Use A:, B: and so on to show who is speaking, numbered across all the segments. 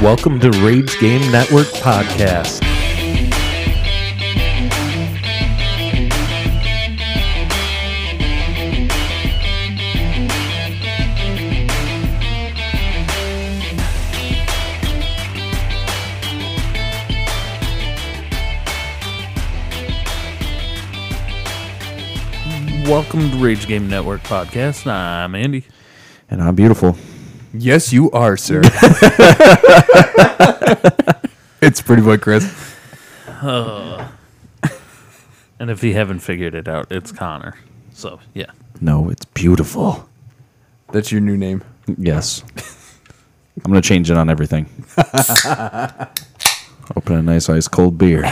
A: Welcome to Raids Game Network Podcast. Welcome to Rage Game Network Podcast. I'm Andy.
B: And I'm beautiful.
C: Yes, you are, sir. it's pretty boy Chris.
A: And if you haven't figured it out, it's Connor. So, yeah.
B: No, it's beautiful.
C: That's your new name.
B: Yes. I'm going to change it on everything. Open a nice ice cold beer.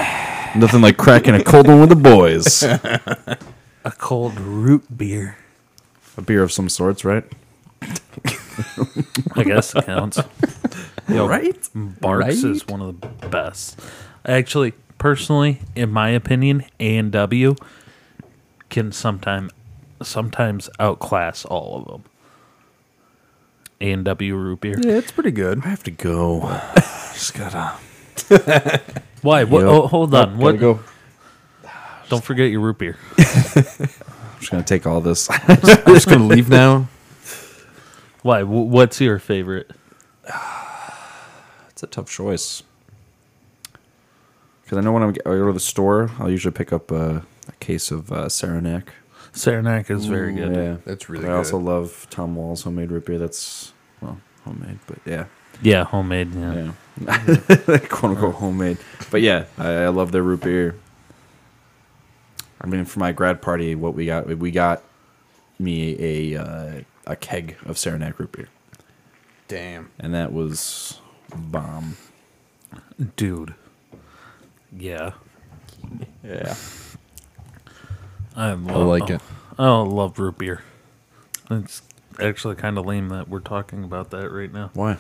B: Nothing like cracking a cold one with the boys. A
A: A cold root beer.
B: beer of some sorts, right?
A: I guess it counts.
C: right?
A: Barks is one of the best. Actually, personally, in my opinion, A and W can sometime sometimes outclass all of them. A and W root beer.
C: Yeah, it's pretty good.
B: I have to go. Just gotta.
A: Why? What,
B: Yep.
A: oh, hold on.
B: Gotta
A: What?
B: go.
A: Don't forget your root beer.
B: I'm just gonna take all this.
C: I'm just gonna leave now.
A: Why? Wh- What's your favorite?
B: That's a tough choice. Because I know when I'm, I go to the store, I'll usually pick up a, a case of uh, Saranac.
A: Saranac is very good.
B: Yeah,
C: That's really
B: But I
C: good.
B: also love Tom Wall's homemade root beer. That's well homemade, but yeah,
A: Yeah, homemade. Yeah.
B: yeah, quote unquote homemade. But yeah, I, I love their root beer. I mean, for my grad party, what we got, we got me a uh, a keg of Saranac root beer,
C: Damn.
B: and that was bomb.
A: dude. Yeah,
B: Yeah,
A: I, love,
B: uh,
C: like it.
A: I love root beer. It's actually kind of lame that we're talking about that right now.
B: why?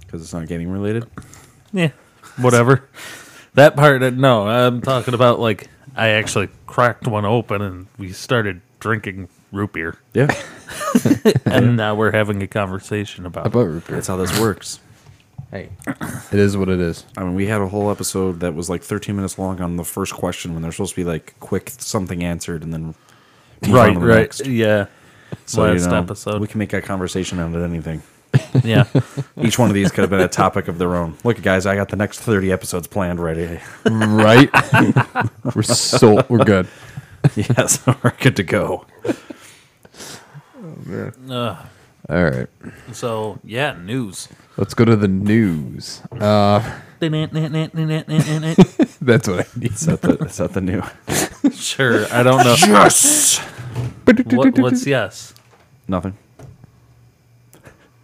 B: Because it's not gaming related.
A: Yeah, whatever. that part, uh, no, I'm talking about like I actually cracked one open and we started drinking root beer,
B: Yeah,
A: and now we're having a conversation about. it.
C: About root beer.
B: that's how this works.
C: Hey. It is what it is.
B: I mean, we had a whole episode that was like 13 minutes long on the first question when they're supposed to be like quick something answered and then move on to
A: right,
B: the
A: right,
B: next.
A: yeah.
B: So, you
A: Last
B: know,
A: episode,
B: we can make a conversation out of anything.
A: yeah.
B: Each one of these could have been a topic of their own. Look, guys, I got the next 30 episodes planned ready.
C: Right? we're so we're good.
B: yes, we're good to go.
A: Ugh.
D: All right.
A: so yeah, news.
D: Let's go to the news. Uh, that's what I need.
B: Is that the, is that the new?
A: sure, I don't know.
B: Yes.
A: what, what's yes?
B: Nothing.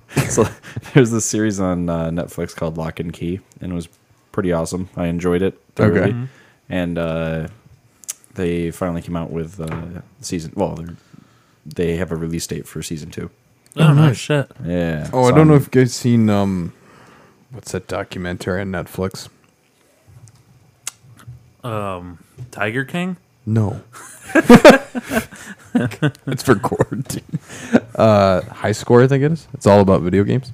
B: so there's this series on uh, Netflix called Lock and Key, and it was pretty awesome. I enjoyed it. Thoroughly.
D: Okay.
B: And uh, they finally came out with uh, season. Well, they're- they have a release date for season two.
A: Oh no shit.
B: Yeah.
D: Oh, I
B: So
D: don't know
B: I'm-
D: if you guys seen um, what's that documentary on Netflix?
A: Um, Tiger King.
D: No. it's for quarantine. Uh, high score, I think it is. It's all about video games.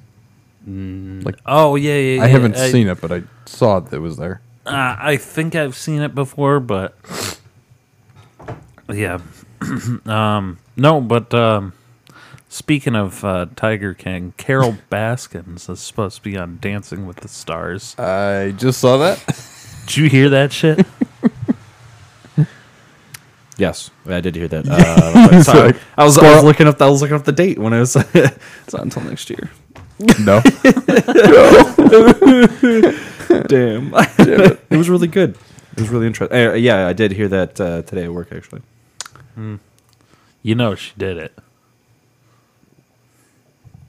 A: Oh yeah, yeah. yeah
D: I haven't seen it, but I saw it that was there.
A: Uh, I think I've seen it before, but yeah. um, no, but um, speaking of uh, Tiger King, Carol Baskins is supposed to be on Dancing with the Stars.
D: I just saw that.
A: Did you hear that shit?
B: Yes, I did hear that. Uh, sorry.
D: like,
B: I was, I was looking up. I was looking up the date when it was. it's not until next year.
D: no.
B: Damn. it was really good. It was really interesting. Uh, yeah, I did hear that uh, today at work actually.
A: you know she did it.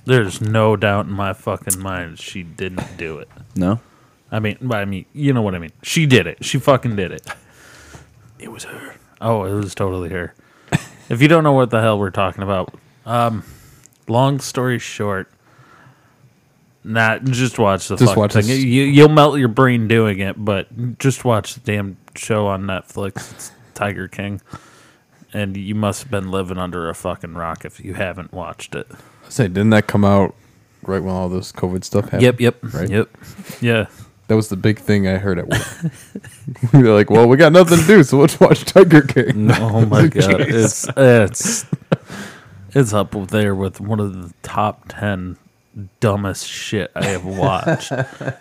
A: There's no doubt in my fucking mind she didn't do it.
B: No.
A: I mean, I mean, you know what I mean. She did it. She fucking did it.
B: It was her.
A: Oh, it was totally her. if you don't know what the hell we're talking about, um, long story short, not just watch the
D: Just
A: fucking
D: watch
A: thing.
D: this.
A: You, you'll melt your brain doing it, but just watch the damn show on Netflix. It's Tiger King. And you must have been living under a fucking rock if you haven't watched it.
D: I say, didn't that come out right when all this COVID stuff happened.
A: Yep, yep,
D: Right?
A: yep. Yeah.
D: That was the big thing I heard at work. we were like, well, we got nothing to do, so let's watch Tiger King.
A: Oh my god, it's it's it's up there with one of the top ten dumbest shit I have watched,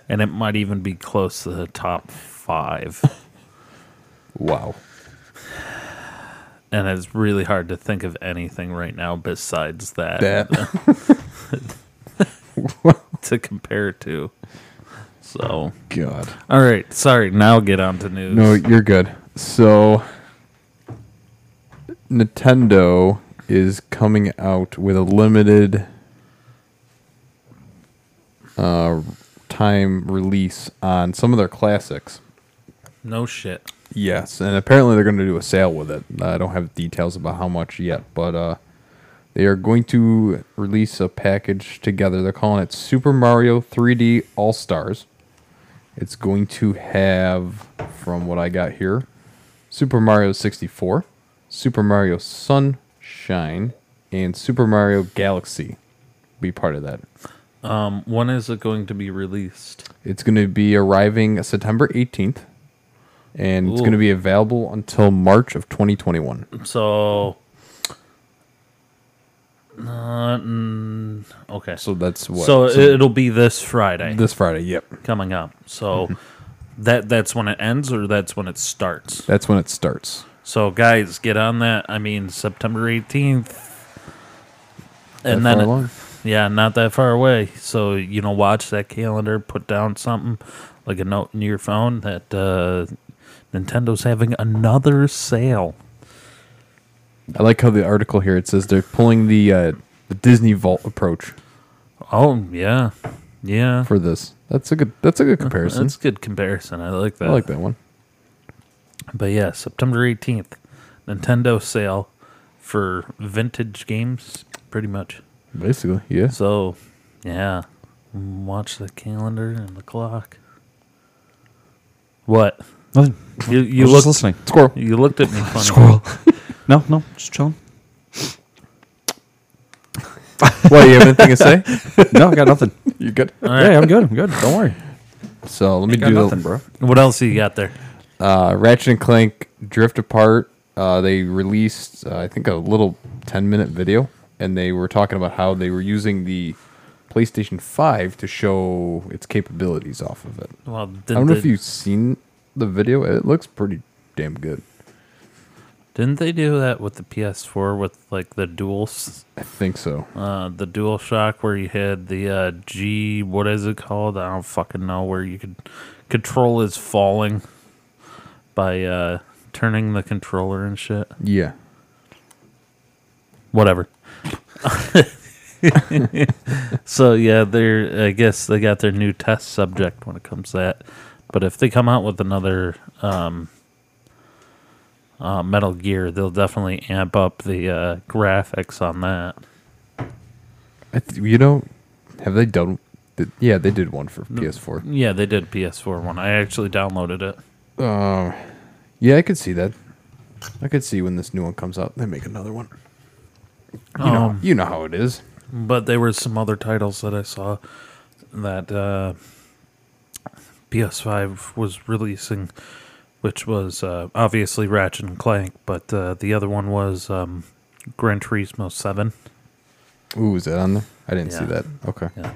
A: and it might even be close to the top five.
D: Wow.
A: And it's really hard to think of anything right now besides that,
D: That.
A: to compare to. So,
D: God.
A: all right, sorry. Now get on to news.
D: No, you're good. So, Nintendo is coming out with a limited uh, time release on some of their classics.
A: no shit.
D: Yes, and apparently they're going to do a sale with it. I don't have details about how much yet, but uh, they are going to release a package together. They're calling it Super Mario 3D All Stars. It's going to have, from what I got here, Super Mario 64, Super Mario Sunshine, and Super Mario Galaxy. Be part of that.
A: Um, when is it going to be released?
D: It's going to be arriving September 18th, and it's
A: Ooh.
D: going to be available until March of 2021.
A: So, uh, mm, okay.
D: So that's what.
A: so it'll be this Friday
D: this Friday. Yep,
A: coming up. So that that's when it ends, or that's when it starts.
D: that's when it starts.
A: So guys, get on that. I mean, September eighteenth, and then
D: That far
A: it-
D: along?
A: yeah, not that far away. So you know, watch that calendar. Put down something like a note in your phone that uh, Nintendo's having another sale.
D: I like how the article here it says they're pulling the uh, the Disney Vault approach
A: Oh yeah, yeah.
D: for this. That's a good. That's a good comparison.
A: Uh-huh, That's a good comparison. I like that.
D: I like that one.
A: But yeah, September 18th, Nintendo sale for vintage games, pretty much.
D: Basically, yeah.
A: So, yeah, watch the calendar and the clock. What?
B: Nothing.
A: You you
B: I
A: looked
B: was just listening.
D: Squirrel.
A: you looked at me funny.
B: Squirrel. no, no, just chilling.
D: what you have anything to say?
B: No, I got nothing.
D: You good?
A: All
B: Yeah,
A: right.
B: I'm good. I'm good. Don't worry.
D: So let me
B: got
D: do
B: nothing,
D: the,
B: bro.
A: What else you got there?
D: uh, Ratchet and Clank Drift Apart. Uh, they released, uh, I think, a little 10 minute video, and they were talking about how they were using the PlayStation 5 to show its capabilities off of it.
A: Well,
D: I
A: didn't
D: don't know
A: they,
D: if you've seen the video, it looks pretty damn good.
A: didn't they do that with the PS4 with like the dual s-
D: I think so.
A: uh, the dual shock where you had the uh, G what is it called? I don't fucking know where you could control is falling by uh, turning the controller and shit.
D: Yeah.
A: Whatever. so yeah, they're I guess they got their new test subject when it comes to that. But if they come out with another um, uh, Metal Gear, they'll definitely amp up the uh, graphics on that.
D: I th- you know, have they done. Did, yeah, they did one for PS4.
A: Yeah, they did PS4 one. I actually downloaded it.
D: Yeah, I could see that. I could see when this new one comes out, they make another one. You know,
A: Um,
D: you know how it is.
A: But there were some other titles that I saw that uh, PS5 was releasing, which was uh, obviously Ratchet and Clank, but uh, the other one was um, Gran Turismo 7.
D: Ooh, is that on there? I didn't see
A: Yeah.
D: that. Okay.
A: Yeah.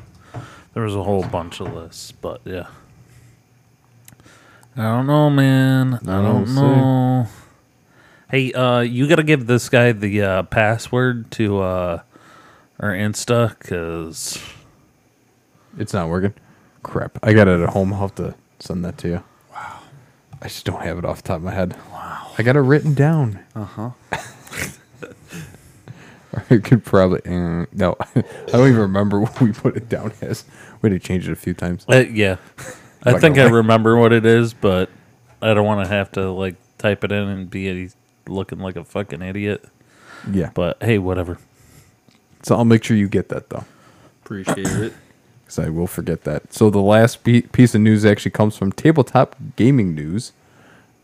A: There was a whole bunch of lists, but yeah. I don't know, man. I
D: I don't
A: don't
D: see.
A: know. Hey, uh, you got to give this guy the uh, password to uh, our Insta because.
D: It's not working. Crap. I got it at home. I'll have to send that to you. Wow. I just don't have it off the top of my head. Wow. I got it written down.
B: Uh huh.
D: I could probably. mm, no, I don't even remember what we put it down as. We had to change it a few times.
A: Uh, yeah, I
D: Fucking
A: think I
D: right.
A: remember what it is, but I don't want to have to like type it in and be a, looking like a fucking idiot.
D: Yeah.
A: But hey, whatever.
D: So I'll make sure you get that, though,
B: Appreciate it.
D: because I will forget that. So the last pe- piece of news actually comes from Tabletop Gaming News.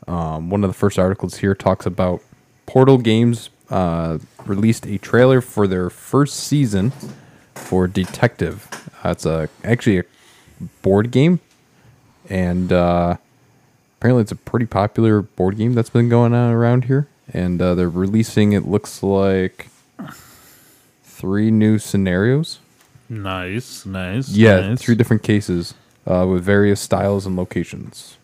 D: Um, one of the first articles here talks about Portal Games uh, released a trailer for their first season for Detective. Uh, it's a actually a board game, and uh, apparently it's a pretty popular board game that's been going on around here. And uh, they're releasing it looks like three new scenarios.
A: Nice, nice.
D: Yeah,
A: nice.
D: three different cases uh, with various styles and locations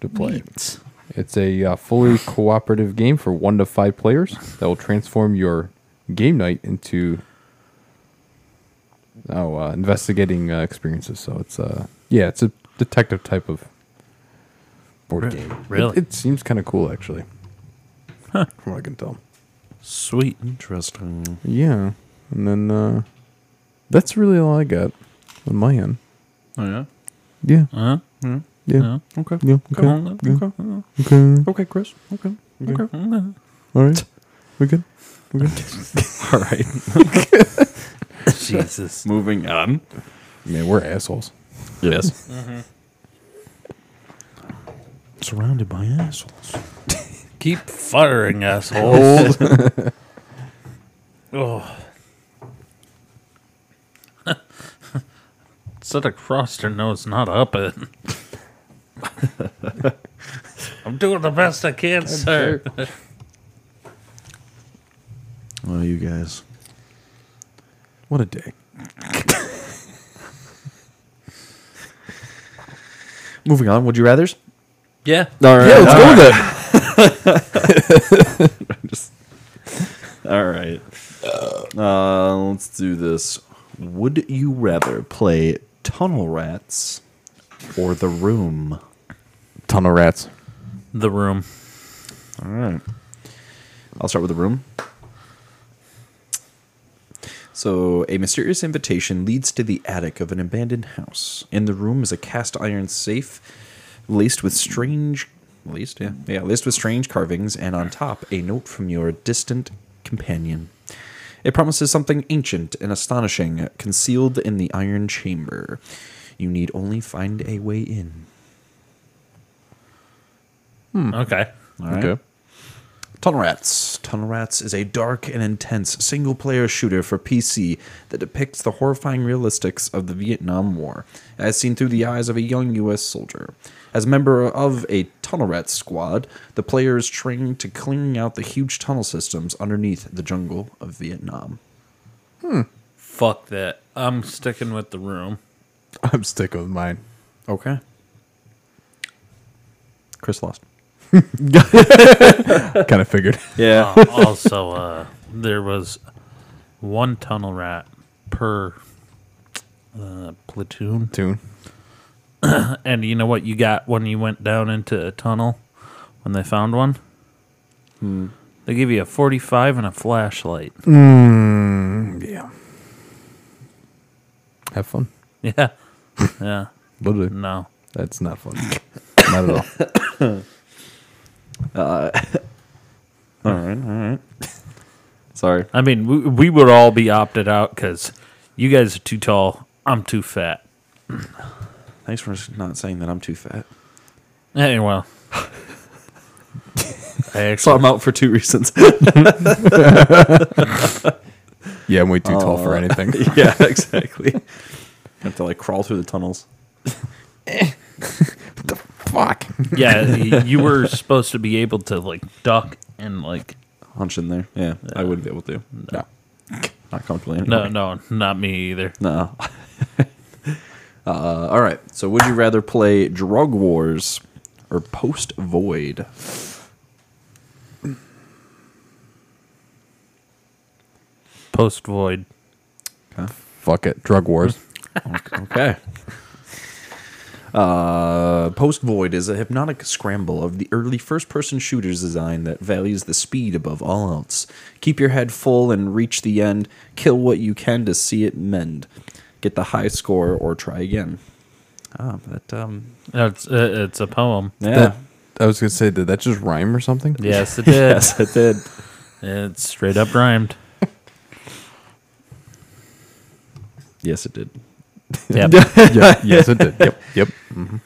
D: to play.
A: Sweet.
D: It's a uh, fully cooperative game for one to five players that will transform your game night into oh uh, investigating uh, experiences. So it's uh yeah, it's a detective type of board game. It-
A: really?
D: it, seems kind of cool actually, from what I can tell.
A: Sweet.
B: Interesting.
D: Yeah, and then uh, that's really all I got on my end.
B: Oh yeah.
D: Yeah,
A: Huh?
D: yeah,
A: Uh-huh, Yeah.
B: Okay.
D: yeah. Okay,
B: Come on.
D: yeah.
B: Okay.
D: okay,
B: Okay, Chris. Okay. Okay.
D: all right, we good. We good.
B: All right.
A: Jesus.
B: Moving on.
D: Man, we're assholes.
B: Yes.
A: Surrounded by assholes. Keep firing, assholes.
D: Old.
A: oh. Set across her nose, not up it. I'm doing the best I can, sir.
B: Oh, you guys.
D: What a day.
B: Moving on. Would you rather's?
A: Yeah.
B: All right.
D: Yeah, let's go with it.
B: All right. Uh, let's do this. Would you rather play Tunnel Rats or The Room?
D: Tunnel rats.
A: The room.
B: All right. I'll start with The Room. So, a mysterious invitation leads to the attic of an abandoned house. In the room is a cast iron safe laced with strange laced, yeah. Yeah, laced with strange carvings and on top a note from your distant companion. It promises something ancient and astonishing concealed in the iron chamber. You need only find a way in.
A: Okay.
B: All right.
D: Okay.
B: Tunnel Rats. Tunnel Rats is a dark and intense single player shooter for PC that depicts the horrifying realistics of the Vietnam War, as seen through the eyes of a young U.S. soldier. As a member of a Tunnel Rats squad, the player is trained to clearing out the huge tunnel systems underneath the jungle of Vietnam.
A: Fuck that. I'm sticking with the room.
D: I'm sticking with mine.
B: Okay. Chris lost.
D: kind of figured.
B: Yeah.
A: Uh, also, uh, there was one tunnel rat per uh, platoon.
D: Tune.
A: And you know what you got when you went down into a tunnel when they found one? They give you a 45 and a flashlight.
D: Yeah. Have fun.
A: Yeah. Yeah.
D: Literally.
A: No.
D: That's not fun. not at all.
B: Sorry.
A: I mean, we, we would all be opted out because you guys are too tall. I'm too fat.
B: Thanks for not saying that I'm too fat.
A: Hey, well. I
B: So
A: actually,
B: I'm out for two reasons.
D: Yeah, I'm way too tall for anything.
B: yeah, exactly. Have to like crawl through the tunnels.
D: Fuck.
A: yeah, y- you were supposed to be able to like duck and like
B: hunch in there. Yeah, I wouldn't be able to.
D: No.
B: Not comfortably. Anyway.
A: No, no, not me either.
B: No. uh, all right. So, would you rather play Drug Wars or Post Void?
A: Post void.
D: Fuck it. Drug wars.
B: Okay. Uh, Post Void is a hypnotic scramble of the early first person shooter's design that values the speed above all else. Keep your head full and reach the end. Kill what you can to see it mend. Get the high score or try again. Ah, that, um,
A: That's uh, it's a poem.
B: yeah.
D: That- I was gonna say, did that just rhyme or something?
A: Yes, it did.
B: yes, it did.
A: It's straight up rhymed.
B: Yes, it did.
A: Yep.
D: yeah. Yes, it did. Yep. Yep.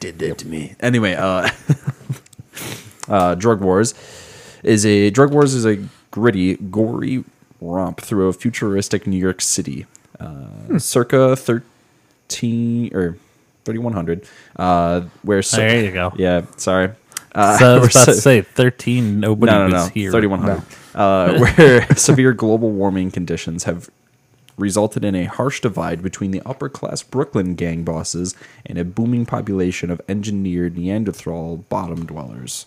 B: Did that to me. Anyway, uh, uh, Drug Wars is a Drug Wars is a gritty, gory romp through a futuristic New York City. Uh,
A: Hmm.
B: circa 13 or 3100 uh where so-
A: There you go.
B: yeah sorry uh,
A: so I
B: where
A: was about
B: so-
A: to say thirteen. Nobody
B: no no
A: was
B: no
A: here.
B: 3100 uh, where severe global warming conditions have resulted in a harsh divide between the upper class brooklyn gang bosses and a booming population of engineered neanderthal bottom dwellers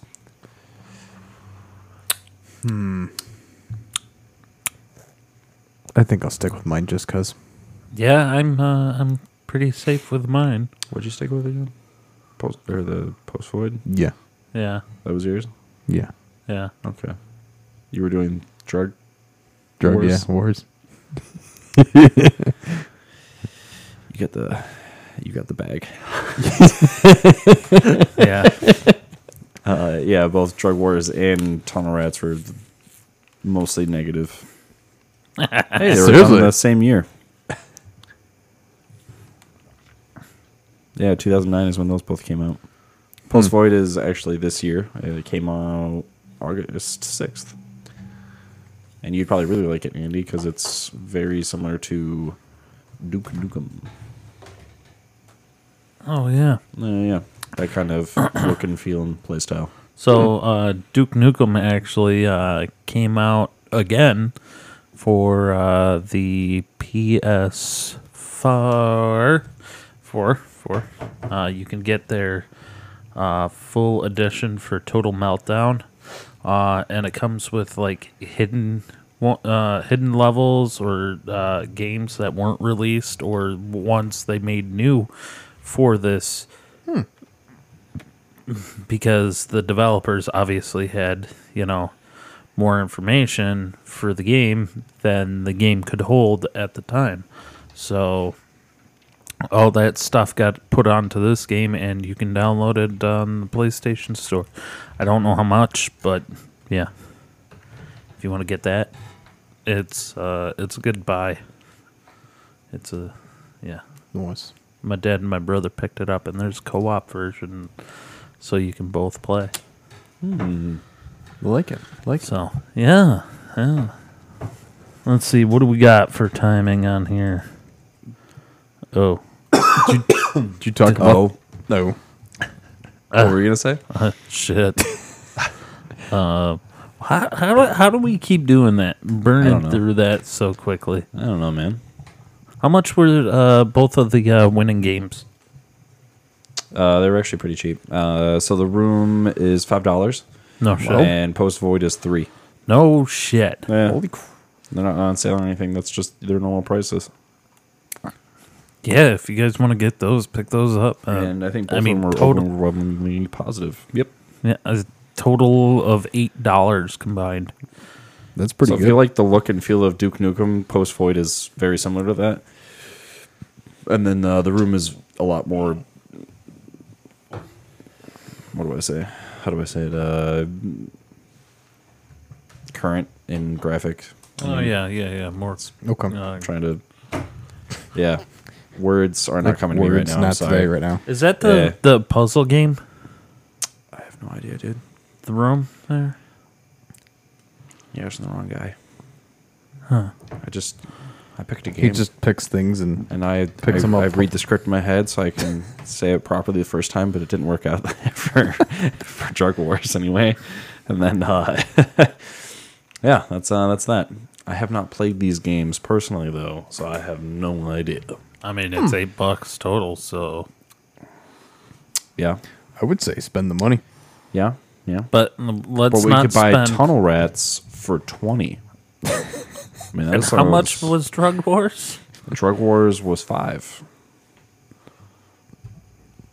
C: I think I'll stick with mine just because.
A: Yeah, I'm. Uh, I'm pretty safe with mine.
B: what'd you stick with again post or the post void
C: Yeah.
A: Yeah,
B: that was yours
C: Yeah.
A: yeah.
B: okay you were doing drug
C: Drug,
B: Wars.
C: yeah. Wars.
B: you got the you got the bag
A: Yeah.
B: Uh, yeah, both drug wars and tunnel rats were mostly negative. hey, they were done
C: Seriously?
B: the same year. Yeah, 2009 is when those both came out. Post Void is actually this year. Uh, It came out August 6th. And you'd probably really like it, Andy, because it's very similar to Duke Nukem.
A: oh yeah.
B: Uh, yeah, that kind of look and feel and play style.
A: So uh, Duke Nukem actually uh, came out again for uh, the PS4. Four, four. Uh, you can get their uh, full edition for Total Meltdown, uh, and it comes with like hidden wa- uh, hidden levels or uh, games that weren't released or ones they made new for this because the developers obviously had, you know, more information for the game than the game could hold at the time. So all that stuff got put onto this game and you can download it on the PlayStation Store. I don't know how much, but yeah. If you want to get that, it's uh it's a good buy. It's a yeah
C: Nice.
A: my dad and my brother picked it up and there's co-op version so you can both play
C: Like it. Like it.
A: so yeah yeah let's see what do we got for timing on here oh
C: Did you talk
D: Oh.
C: about? No.
B: what were you going to say?
A: shit uh how, how, do, how do we keep doing that burning
B: know.
A: through that so quickly
B: I don't know, man.
A: how much were uh both of the uh winning games
B: Uh, they were actually pretty cheap. Uh, so the room is five dollars,
A: no shit
B: and post void is three.
A: no shit
B: Yeah,
C: Holy cr-
B: they're not on sale or anything. That's just their normal prices.
A: yeah if you guys want to get those pick those up uh,
B: and I think both
A: i mean
B: of them were
A: total
B: overwhelmingly positive. Yep.
A: Yeah, a total of eight dollars combined.
C: That's pretty
B: so I
C: good.
B: feel like the look and feel of Duke Nukem post void is very similar to that. And then uh, the room is a lot more. What do I say? How do I say it? Uh, current in graphic.
A: Oh yeah, yeah, yeah. More.
C: okay.
A: Uh,
B: trying to. Yeah, words are not coming to me right
C: Words
B: now. I'm
C: not
B: sorry.
C: today, right now.
A: is that the
B: Yeah.
A: the puzzle game?
B: I have no idea, dude.
A: The room there.
B: Yeah, I was the wrong guy. Huh? I just I picked a game.
C: He just picks things and
B: and I I,
C: picks 'em up.
B: I read the script in my head so I can say it properly the first time, but it didn't work out for for Drug Wars anyway. And then uh, yeah, that's uh, that's that. I have not played these games personally though, so I have no idea.
A: I mean,
B: Hmm.
A: it's eight bucks total. So,
B: Yeah,
C: I would say spend the money.
B: yeah, yeah.
A: but mm, let's
B: But we
A: not
B: could buy
A: spend.
B: tunnel rats for twenty. I mean,
A: and
B: that's
A: how much was Drug Wars?
B: Drug Wars was five.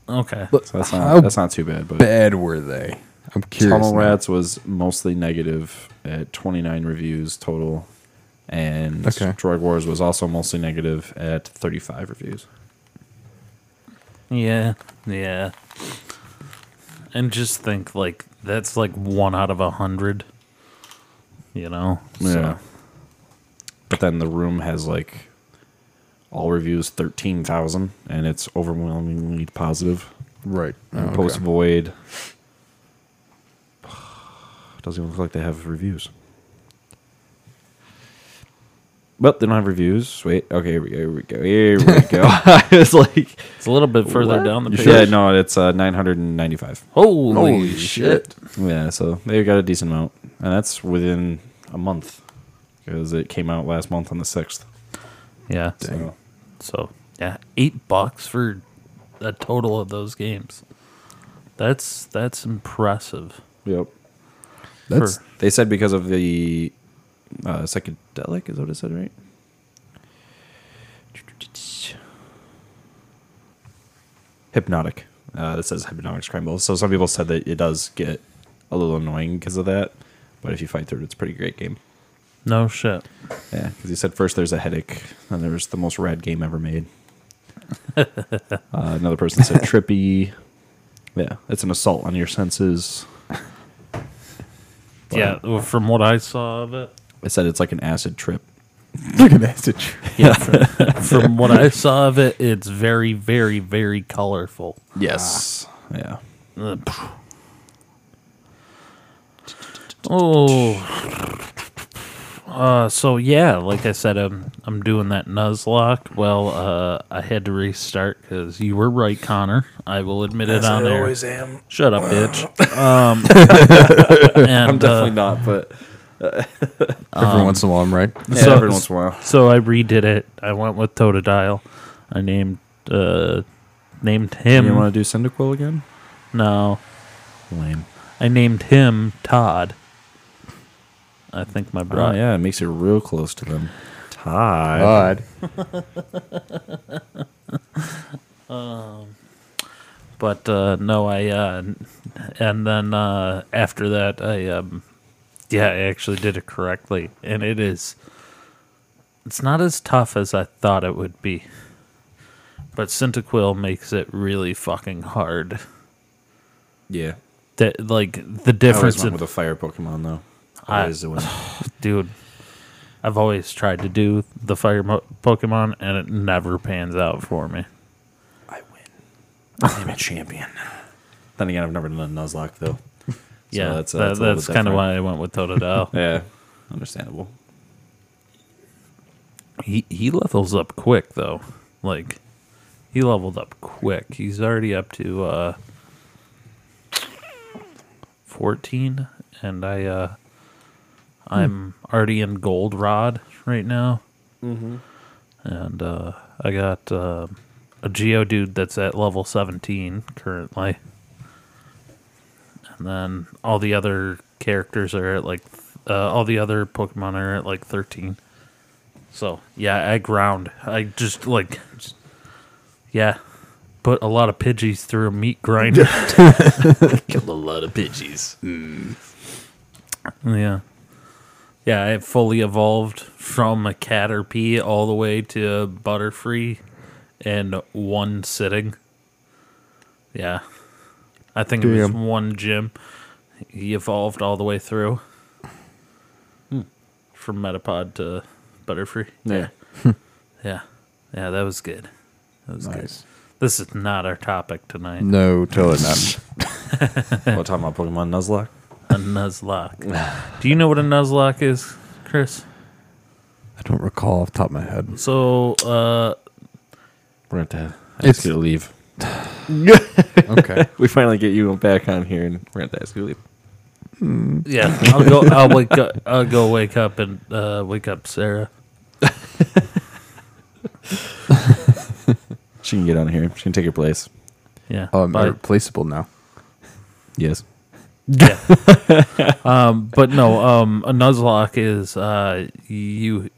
A: Okay.
B: So that's not
C: How
B: that's not too bad. But
C: bad were they? I'm curious.
B: Tunnel
C: now.
B: Rats was mostly negative at twenty nine reviews total, and
C: Okay.
B: Drug Wars was also mostly negative at thirty five reviews.
A: Yeah, yeah. And just think like that's like one out of a hundred. You know. So,
B: But then the room has like all reviews thirteen thousand, and it's overwhelmingly positive.
C: Right. Oh,
B: And
C: okay.
B: Post Void doesn't even look like they have reviews. Well, they don't have reviews. Sweet. Okay, here we go. Here we go. Here we go. it's like
A: It's a little bit further down the page.
B: yeah, no, it's uh, nine hundred and ninety-five.
A: Holy, shit.
B: Yeah, so they got a decent amount, and that's within a month because it came out last month on the sixth.
A: Yeah.
B: So
A: So yeah, eight bucks for a total of those games. That's that's impressive.
B: yep,
C: That's
A: for-
B: they said because of the uh, psychedelic is what it said, right? Hypnotic. Uh, it says hypnotic scramble. So some people said that it does get a little annoying because of that, but if you fight through it, it's a pretty great game.
A: No shit.
B: Yeah, because he said first there's a headache, and there was the most rad game ever made. uh, another person said trippy. Yeah, it's an assault on your senses. But
A: Yeah, well, from what I saw of it,
B: I said it's like an acid trip.
C: look at that.
A: from what I saw of it, it's very, very, very colorful.
B: Yes. Ah. Yeah.
A: Uh, phew. Oh, uh, so yeah, like I said, I'm I'm doing that Nuzlocke. Well, uh, I had to restart because you were right, Connor. I will admit it on there.
B: am.
A: Shut up, bitch. Um, and,
B: I'm definitely
A: uh,
B: not, but um,
C: Every once in a while, I'm right.
B: yeah,
A: so-
B: every once in a while.
A: So I redid it. I went with Totodile. I named uh, named him.
B: You want to do Cyndaquil again?
A: no,
B: Lame.
A: I named him Todd. I think my brother.
B: Oh, yeah, it makes you real close to them. Uh, Todd.
C: God.
A: But uh, no, I uh, and then uh, after that, I um, yeah, I actually did it correctly, and it is. It's not as tough as I thought it would be, but Cyntaquil makes it really fucking hard.
B: Yeah.
A: That like the
B: I always
A: difference
B: went
A: in
B: with a fire Pokemon, though.
A: I-
B: Always the one.
A: dude. I've always tried to do the fire mo- Pokemon, and it never pans out for me.
B: I win. I'm a champion. Then again, I've never done a Nuzlocke though. So
A: yeah, that's,
B: uh, a-
A: that,
B: a little
A: that's
B: bit
A: kind of
B: different.
A: why I went with Totodile.
B: Yeah, understandable.
A: He he levels up quick though. Like he leveled up quick. He's already up to uh 14 and I uh I'm already in Goldrod right now. Mm-hmm. And uh I got uh, a Geodude that's at level 17 currently. And then all the other characters are at like th- uh, all the other Pokemon are at like 13. So yeah, I ground. I just like, just- yeah, put a lot of pidgeys through a meat grinder.
B: Killed a lot of Pidgeys.
A: Hmm. yeah, yeah. I fully evolved from a Caterpie all the way to a Butterfree in one sitting. Yeah, I think it was
C: Damn.
A: one gym. He evolved all the way through from Metapod to Butterfree.
B: Hmm. Yeah.
A: Yeah, yeah, that was good. That was good.
C: Nice.
A: This is not our topic tonight.
C: No, totally not.
B: We're talking about Pokemon Nuzlocke.
A: A Nuzlocke. Do you know what a Nuzlocke is, Chris?
C: I don't recall off the top of my head.
A: So, uh,
B: We're gonna have to ask
C: It's-
B: you to leave.
C: Okay.
B: We finally get you back on here, and we're gonna have to ask you to leave.
A: yeah, I'll go. I'll wake up. I'll go wake up and uh, wake up Sarah.
B: She can get on here. She can take your place.
A: Yeah,
D: Oh,
C: Um,
A: but,
C: replaceable now.
B: Yes.
A: yeah. um, but no, um, a Nuzlocke is uh, you.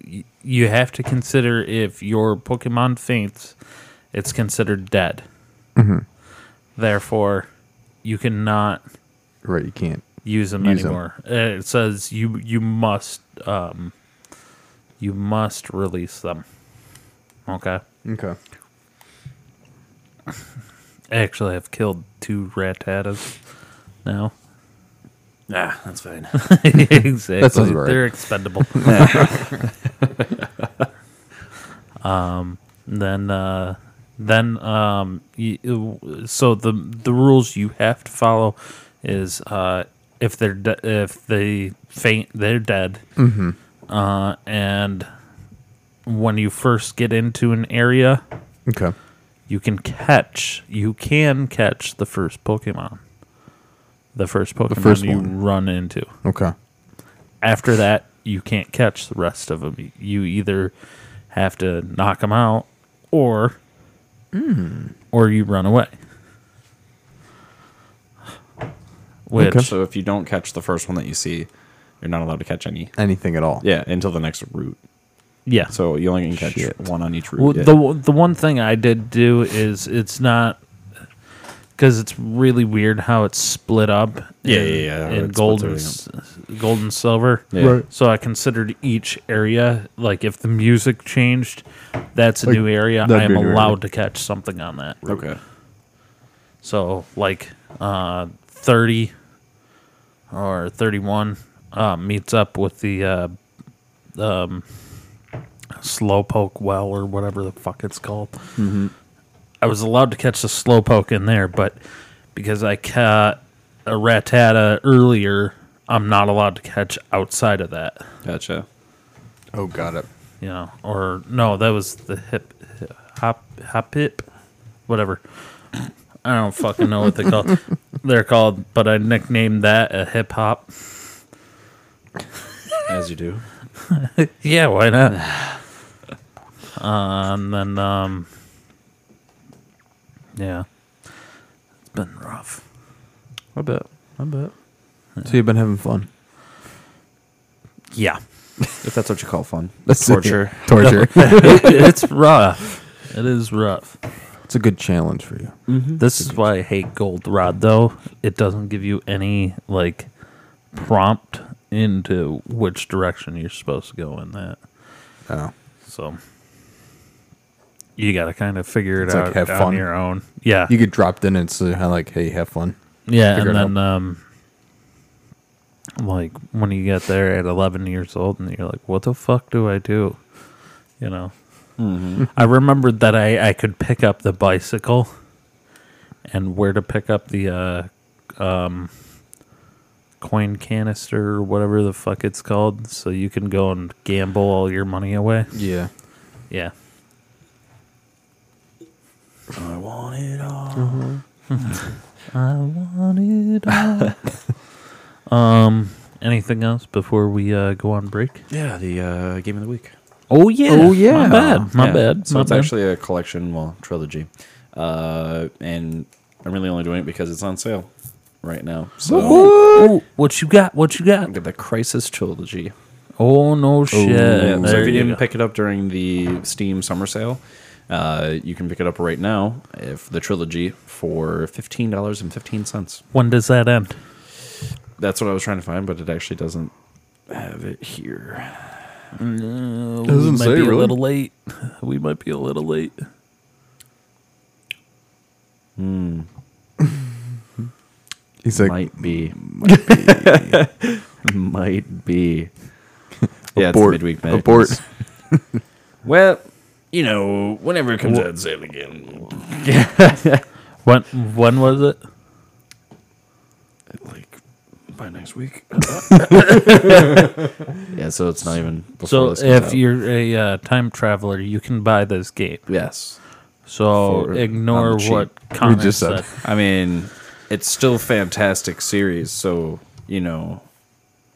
A: You have to consider if your Pokemon faints, it's considered dead. Therefore, you cannot
C: Right, you can't.
A: use them
C: Use 'em.
A: anymore. Uh, It says you you must um, you must release them. Okay.
C: Okay.
A: Actually, I've killed two ratatas now.
B: Nah, that's fine.
A: exactly.
C: That sounds right.
A: They're expendable. um, then uh, then um, you, so the the rules you have to follow is uh, if they're de- if they faint, they're dead. Mm-hmm. Uh, and when you first get into an area,
D: Okay.
A: you can catch you can catch the first Pokemon. The first Pokemon
D: first
A: you
D: one.
A: run into.
D: Okay.
A: After that, you can't catch the rest of them. You either have to knock them out or
D: Hmm.
A: or you run away. Which
B: So if you don't catch the first one that you see, you're not allowed to catch any.
D: Anything at all?
B: Yeah, until the next route.
A: yeah.
B: So you only can catch
D: Shit.
B: one on each route.
A: Well,
B: yeah.
A: the the one thing I did do is it's not because it's really weird how it's split up.
B: Yeah,
A: in,
B: yeah, yeah,
A: In
B: how it splits
A: gold and s-
B: everything
A: gold and silver.
B: Yeah. Right.
A: So I considered each area like if the music changed, that's a
D: Like,
A: new area.
D: that'd
A: I am
D: be a new area.
A: allowed to catch something on that. route.
B: okay.
A: So like uh, thirty or thirty-one uh, meets up with the uh, um, slowpoke well or whatever the fuck it's called. I was allowed to catch the slowpoke in there, but because I caught a ratata earlier, I'm not allowed to catch outside of that.
B: Gotcha.
D: Oh, got it.
A: You know, or no, that was the hip, hop, hop hip, whatever. I don't fucking know what they call they're called, but I nicknamed that a hip hop.
B: As you do.
A: Yeah, why not? uh, and then, um, yeah, it's been rough.
D: I bet. I bet. So you've been having fun.
A: Yeah,
B: If that's what you call fun.
D: That's
B: torture.
D: Torture.
A: it's rough. It is rough.
D: it's a good challenge for you.
A: This is why I hate Goldrod, though. It doesn't give you any like prompt into which direction you're supposed to go in that.
D: Oh.
A: So you got to kind of figure it
D: It's like
A: out
D: have
A: on
D: fun.
A: your own. Yeah,
D: You get dropped in and it's uh, like, hey, have fun.
A: yeah,
D: figure
A: and
D: it
A: then um, like when you get there at 11 years old, and you're like, "What the fuck do I do?" You know.
D: Mm-hmm.
A: I remembered that I I could pick up the bicycle, and where to pick up the uh, um, coin canister or whatever the fuck it's called, so you can go and gamble all your money away.
D: Yeah.
A: Yeah.
B: I want it all.
A: Mm-hmm. I want it all. um, anything else before we uh, go on break?
B: Yeah, the uh, game of the week.
A: Oh yeah.
D: Oh, yeah.
A: My bad. My
B: Yeah.
A: bad.
B: So
A: my
B: it's
A: bad.
B: actually a collection, well, trilogy. Uh, and I'm really only doing it because it's on sale right now. So
A: Ooh, Oh, what you got? What you got?
B: the Crisis trilogy.
A: Oh no shit.
B: Yeah, so
A: There
B: if you
A: you
B: didn't
A: go.
B: pick it up during the Steam summer sale, uh, you can pick it up right now if the trilogy for fifteen dollars and fifteen cents.
A: when does that end?
B: That's what I was trying to find, but it actually doesn't have it here.
A: we might
D: doesn't say,
A: be a
D: really.
A: little late. We might be a little late.
D: He's like,
B: might be, might be. yeah, it's
D: abort.
B: midweek madness.
D: abort.
B: Well, you know, whenever it comes out sale again,
A: When when was it?
B: like by next week. yeah, so it's not even. Before
A: So
B: this comes
A: if
B: out.
A: you're a uh, time traveler, you can buy this game.
B: yes,
A: So
B: For-
A: ignore
B: on the cheap.
A: what Connor
D: just
A: said.
D: said.
B: I mean, it's still fantastic series, so you know,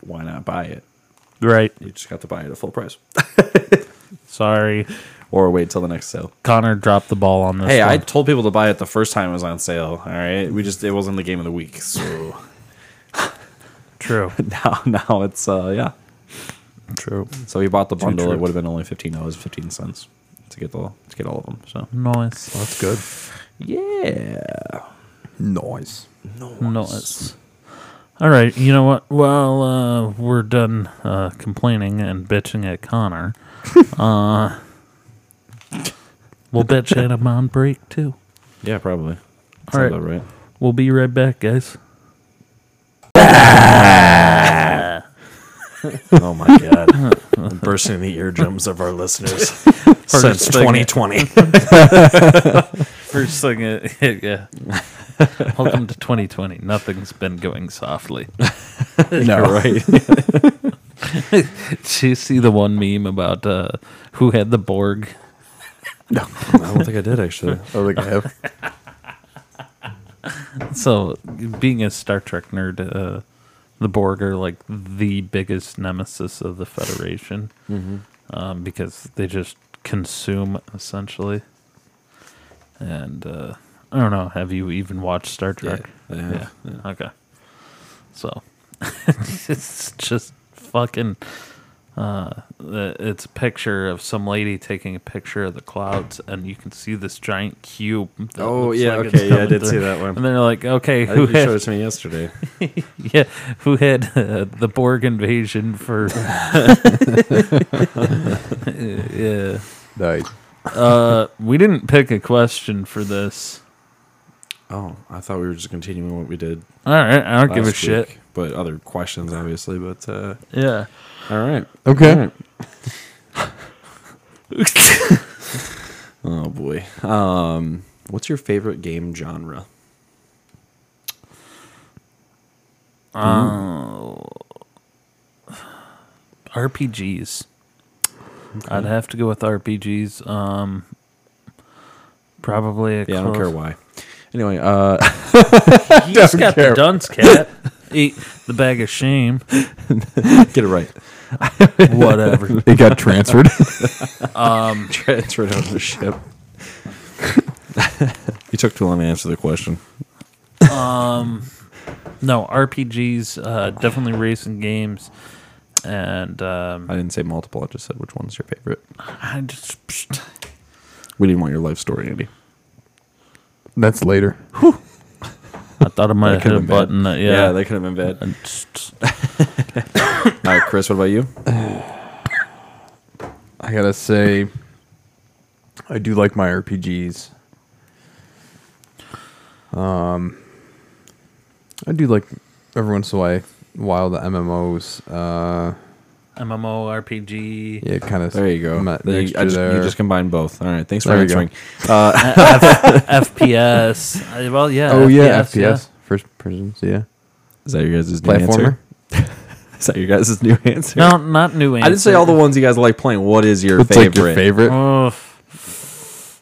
B: why not buy it?
A: Right.
B: You just got to buy it at full price,
A: Sorry.
B: or wait till the next sale.
A: Connor dropped the ball on this.
B: Hey,
A: one.
B: I told people to buy it the first time it was on sale. All right, we just it wasn't the game of the week, so
A: true.
B: now now it's uh yeah.
A: True.
B: So we bought the bundle. It
D: true.
B: would have been only fifteen dollars fifteen cents to get the to get all of them. So
A: Nice.
D: That's good.
B: yeah,
D: Noise.
A: Nice. All right, you know what? While uh, we're done uh, complaining and bitching at Connor, uh, we'll bitch at him on break too.
B: yeah, probably. That's
A: All right.
B: about right.
A: We'll be right back, guys.
E: Oh my god. I'm bursting the eardrums of our listeners since
A: First thing-
E: 2020.
A: First thing, it, yeah. Welcome to 2020. Nothing's been going softly.
D: No.
B: Right.
A: Did you see the one meme about uh, who had the Borg?
B: I don't think I did actually.
D: I don't think I have.
A: So, being a Star Trek nerd, uh, the Borg are like the biggest nemesis of the Federation
B: Mm-hmm.
A: um, because they just consume essentially. And uh, I don't know. Have you even watched Star Trek?
B: I have,
A: yeah. Okay. So it's just fucking. Uh, the- it's a picture of some lady taking a picture of the clouds, and you can see this giant cube. that
B: Oh,
A: looks
B: yeah,
A: like it's
B: okay, yeah, I
A: coming
B: did
A: through.
B: see that one.
A: And they're like, okay,
B: I
A: who
B: think you showed
A: had,
B: it to me yesterday.
A: yeah, who had uh, the Borg invasion for? yeah,
D: Nice.
A: uh, we didn't pick a question for this.
B: Oh, I thought we were just continuing what we did.
A: All right, I don't give a
B: last
A: shit.
B: week, But other questions, obviously. But uh,
A: Yeah.
B: all right.
D: Okay.
B: Oh boy. Um, what's your favorite game genre?
A: RPGs. I'd have to go with RPGs. Um, probably a
B: Yeah, I don't
A: close-
B: care why. Anyway, uh,
A: He's got the dunce cat. Eat the bag of shame.
B: get it right.
A: Whatever.
D: It got transferred.
B: Transfer it on the ship. you took too long to answer the question.
A: No RPGs. Uh, definitely racing games. And um,
B: I didn't say multiple. I just said which one's your favorite.
A: I just psh,
B: We didn't want your life story, Andy.
D: That's later.
A: I thought I might have hit a
B: could've been bad.
A: button. That, yeah.
B: Yeah, that could have been bad.
A: And tss, tss.
B: All right, Chris, what about you?
D: I gotta say, I do like my RPGs. Um, I do like every once in a while, while the MMOs. Uh,
A: MMO RPG.
D: yeah, kind of.
B: There you go. There you, I just, you just combined both. All right, thanks for
D: There we go.
B: answering.
A: FPS. I- well, yeah.
D: oh yeah, FPS,
A: yeah.
D: first person. Yeah,
B: Is that your guys' new
D: platformer.
B: answer? Is that your guys' new answer?
A: No, not new. Answer.
B: I didn't say all the ones you guys like playing. What is your
D: What's
B: favorite?
D: like your favorite?
A: Oh,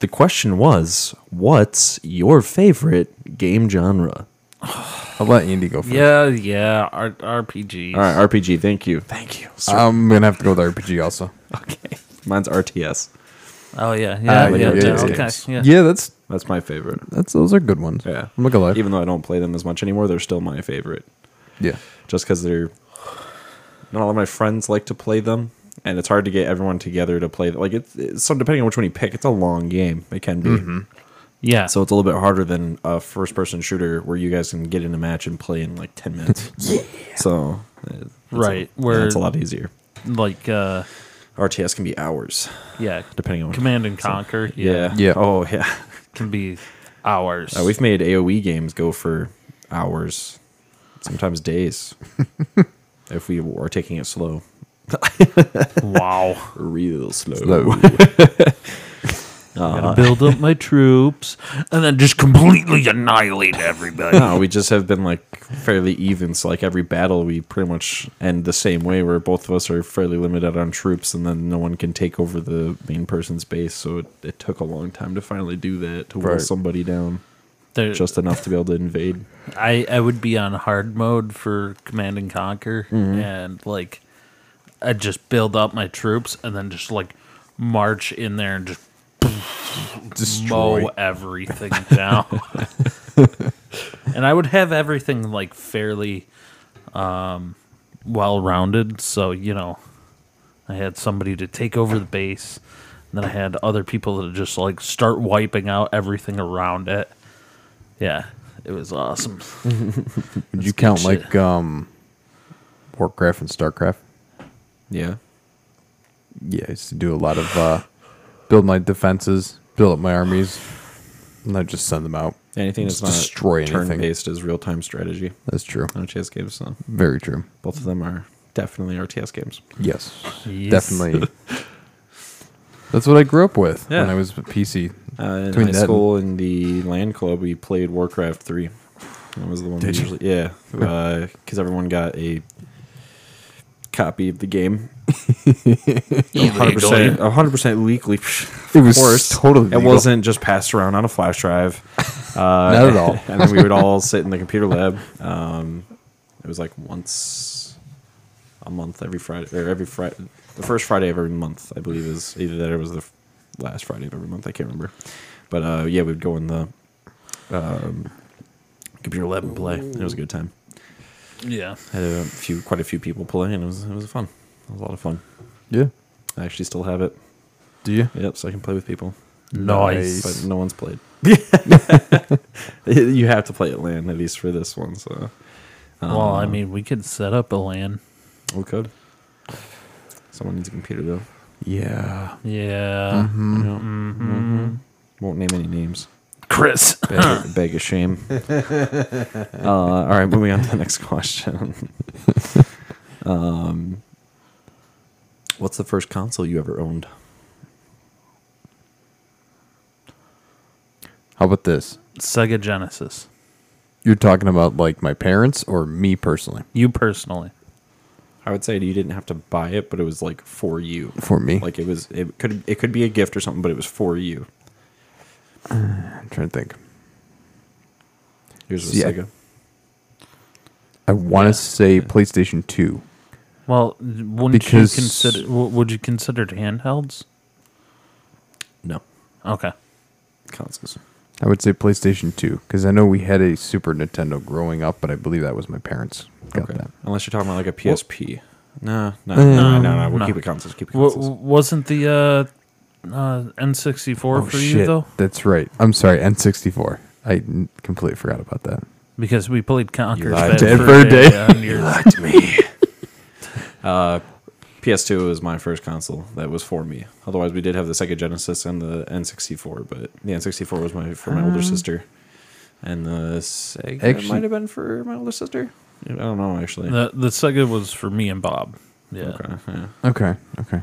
B: The question was, what's your favorite game genre?
D: I'll let Andy go first.
A: yeah, yeah. R- RPGs.
B: All right, RPG. Thank you. Thank you. sir.
D: I'm gonna have to go with RPG also.
B: okay, mine's RTS.
A: Oh yeah, yeah,
D: Uh,
A: yeah,
D: yeah,
A: yeah,
D: yeah,
A: Okay, yeah.
D: Yeah. that's
B: That's my favorite.
D: that's those are good ones.
B: Yeah,
D: I'm not gonna lie.
B: even though I don't play them as much anymore, they're still my favorite.
D: yeah,
B: Just because they're not all of my friends like to play them, and it's hard to get everyone together to play. Like it's, it's so depending on which one you pick, it's a long game. It can be.
A: Yeah.
B: So it's a little bit harder than a first person shooter where you guys can get in a match and play in like 10 minutes. yeah. So, uh, it's a-
A: Right,
B: yeah,
A: where-
B: it's a lot easier.
A: like, uh,
B: RTS can be hours.
A: yeah,
B: Depending on-
A: command and conquer. yeah,
B: Yeah.
D: Yeah.
B: Oh, yeah.
A: can be hours.
B: Uh, we've made AoE games go for hours, sometimes days, if we are taking it slow.
A: wow.
B: Real slow.
D: Slow.
B: Uh,
A: Gotta build up my troops and then just completely annihilate everybody.
B: No, we just have been like fairly even. So like every battle, we pretty much end the same way, where both of us are fairly limited on troops, and then no one can take over the main person's base. So it, it took a long time to finally do that to whittle
D: Right.
B: somebody down
A: There-
B: just enough to be able to invade.
A: I, I would be on hard mode for command and conquer and like I'd just build up my troops and then just like march in there and just
D: Destroy.
A: mow everything down. and I would have everything like fairly um, well rounded, so you know I had somebody to take over the base, and then I had other people to just like start wiping out everything around it. Yeah, it was awesome.
D: Would you
A: That's good
D: count
A: shit.
D: like um, Warcraft and Starcraft?
B: Yeah.
D: Yeah, I used to do a lot of uh, build my defenses, build up my armies, and I just send them out.
B: Anything that's
D: Just
B: not
D: destroy anything.
B: turn based is real time strategy.
D: That's true.
B: No chess games. So
D: Very true.
B: both of them are definitely RTS games.
D: Yes,
A: Yes.
D: definitely. That's what I grew up with when
B: Yeah.
D: I was a PC.
B: Uh, in
D: Between
B: high
D: that and-
B: school, in the land club, we played Warcraft three. uh, That was the one. we usually, yeah, because everyone got a copy of the game.
A: Hundred
B: 100%, 100% legally.
D: It was totally
B: It
D: legal.
B: wasn't just passed around on a flash drive. Uh, Not
D: at all.
B: And then we would all sit in the computer lab. Um, it was like once a month, every Friday, or every Friday, the first Friday of every month, I believe, is either that or it was the f- last Friday of every month. I can't remember. But uh, yeah, we'd go in the um, computer lab and play. It was a good time.
A: Yeah.
B: Had a few, quite a few people play, and it was it was fun. It was a lot of fun.
D: Yeah.
B: I actually still have it.
D: Do you?
B: Yep, so I can play with people.
A: Nice.
B: But no one's played. you have to play it LAN at least for this one. So um,
A: well, I mean, we could set up a LAN.
B: we could. Someone needs a computer though.
D: Yeah.
A: Yeah.
B: Yeah. Won't name any names.
A: Chris.
B: Bag, bag of shame. uh, all right, moving on to the next question. um, what's the first console you ever owned?
D: How about this?
A: Sega Genesis.
D: You're talking about like my parents or me personally?
A: You personally.
B: I would say you didn't have to buy it, but it was like for you.
D: For me,
B: Like it was, it could it could be a gift or something, but it was for you.
D: I'm trying to think.
B: Here's a
D: Yeah.
B: Sega.
D: I want to say PlayStation Two.
A: Well, wouldn't
D: Because-
A: you consider? w- Would you consider handhelds?
B: No
A: Okay.
B: consoles.
D: I would say PlayStation Two because I know we had a Super Nintendo growing up, but I believe that was my parents got
B: Okay.
D: that. Mm.
B: Unless you're talking about like a PSP. No, no, no, no, no. We'll
A: no.
B: keep it consoles. Keep it
A: W-
B: consoles.
A: w- wasn't the uh, uh, N64
D: Oh,
A: for you though?
D: That's right. I'm sorry, N64. I n- completely forgot about that.
A: Because we played Conker's
D: lied
A: Bad,
D: to me.
A: Fur
D: Fur
A: Day.
D: Day.
A: on your-
B: to me. uh, PS2 was my first console that was for me. Otherwise, we did have the Sega Genesis and the N64, but the N64 was my for my older sister, and the Sega
D: Um, Actually-
B: might have been for my older sister. I don't know actually.
A: the the Sega was for me and Bob. Yeah.
B: Okay, yeah.
D: Okay. Okay.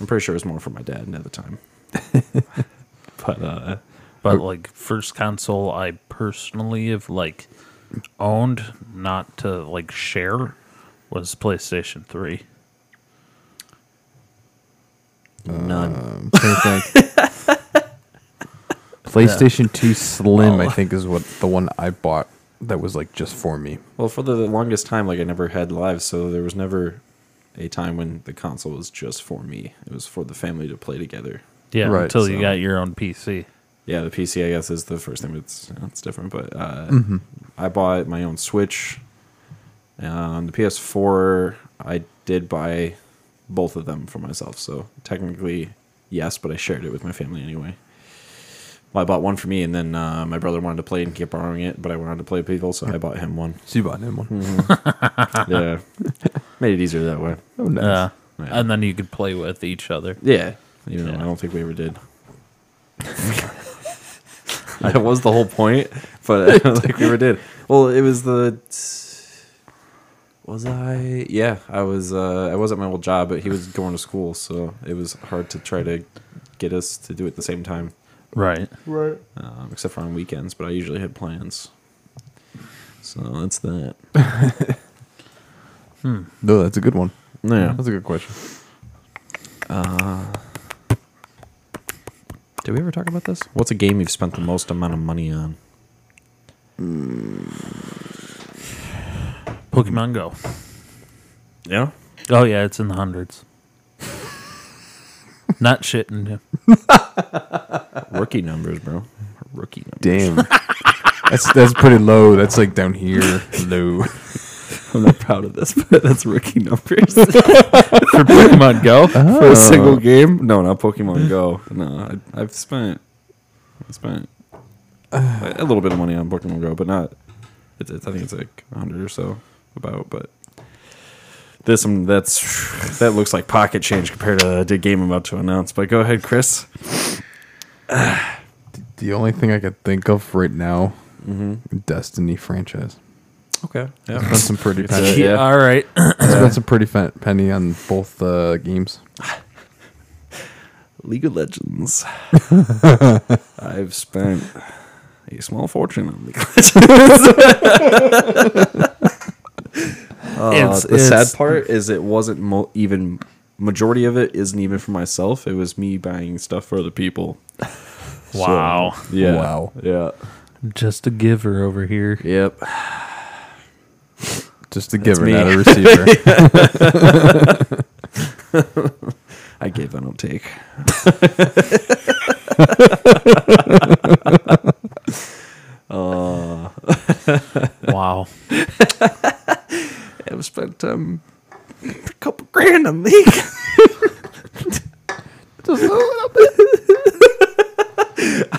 B: I'm pretty sure it was more for my dad at the time. but uh,
A: But like first console I personally have like owned, not to like share, was PlayStation Three.
B: none.
D: I'm trying to think. PlayStation 2 Slim, I think, is what the one I bought that was like just for me.
B: Well, for the longest time, like I never had live, so there was never a time when the console was just for me. It was for the family to play together.
A: Yeah.
D: Right,
A: until you
B: so-
A: got your own PC.
B: Yeah, the PC, I guess, is the first thing that's it's different. But uh, I bought my own Switch. Um, the PS4, I did buy both of them for myself. So technically, yes, but I shared it with my family anyway. Well, I bought one for me, and then uh, my brother wanted to play and kept borrowing it, but I wanted to play with people, so I bought him one.
D: So you bought an one.
B: yeah, made it easier that way.
D: Oh, nice.
A: Yeah.
B: Yeah.
A: Uh, And then you could play with each other.
B: Yeah. Even
A: Yeah.
B: though I don't think we ever did. that was the whole point, but I don't think we ever did. Well, it was the. Was I? Yeah, I was. Uh, I was at my old job, but he was going to school, so it was hard to try to get us to do it at the same time,
A: Right.
B: um, except for on weekends. But I usually had plans. So that's that.
D: No, that's a good one.
B: Yeah.
D: That's a good question.
B: Did we ever talk about this? What's a game you've spent the most amount of money on?
A: Pokemon Go.
B: Yeah.
A: Oh yeah, it's in the hundreds. Not shitting. you.
B: Rookie numbers, bro. Rookie numbers.
D: Damn. that's that's pretty low. That's like down here. low.
B: I'm not proud of this, but that's rookie numbers
A: For Pokemon Go?
B: for a single game. No, not Pokemon Go. No, I, I've spent, I spent a a little bit of money on Pokemon Go, but not. It's, it's, I think it's like a hundred or so about, but this um, that's that looks like pocket change compared to the game I'm about to announce. But go ahead, Chris.
D: The only thing I could think of right now,
B: Mm-hmm.
D: Destiny franchise.
B: Okay. Yeah.
D: That's some pretty penny.
B: It's a- Yeah.
A: All right.
D: That's a pretty fe- penny on both uh, games.
B: League of Legends. I've spent a small fortune on League of Legends.
A: It's-
B: Uh, the
A: it's-
B: sad part is it wasn't mo- even majority of it isn't even for myself. It was me buying stuff for other people.
A: Wow.
B: Yeah.
D: Wow.
B: Yeah.
A: Just a giver over here.
B: Yep.
D: Just a giver,
B: me.
D: not a receiver.
B: I give. I don't take.
A: Wow.
B: I've spent um, a couple grand on leak.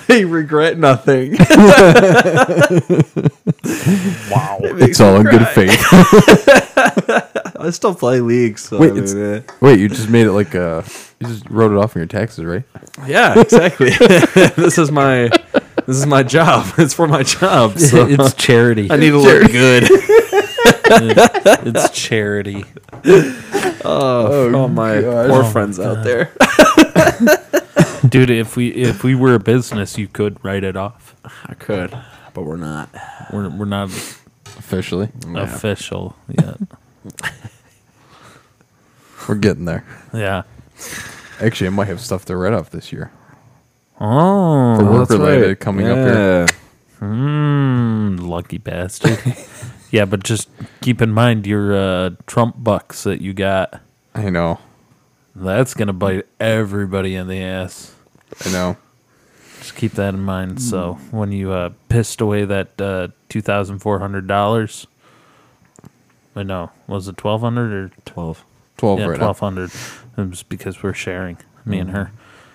B: I regret nothing.
A: Wow.
B: makes
D: it's all
B: me
D: in good
B: cry.
D: faith.
B: I still play league. So
D: Wait,
B: I mean,
D: it's-
B: eh.
D: Wait, you just made it like uh you just wrote it off on your taxes, right?
B: yeah, exactly. this is my this is my job. It's for my job. So
A: it's charity.
B: I need to look good.
A: it's charity.
B: oh, all my poor friends out there.
A: Dude, if we if we were a business, you could write it off.
B: I could, but we're not.
A: We're we're not
D: Officially.
B: Mm.
A: official yet.
D: We're getting there.
A: Yeah.
D: Actually, I might have stuff to write off this year.
A: Oh,
D: For work related coming up here.
A: Mm, lucky bastard. yeah, but just keep in mind your uh, Trump bucks that you got.
D: I know.
A: That's gonna bite everybody in the ass.
D: I know.
A: Just keep that in mind. So when you uh, pissed away that uh, two thousand four hundred dollars, I know was it twelve hundred or twelve?
D: Twelve
A: yeah,
D: right
A: twelve
D: now.
A: hundred. It was because we're sharing me and her.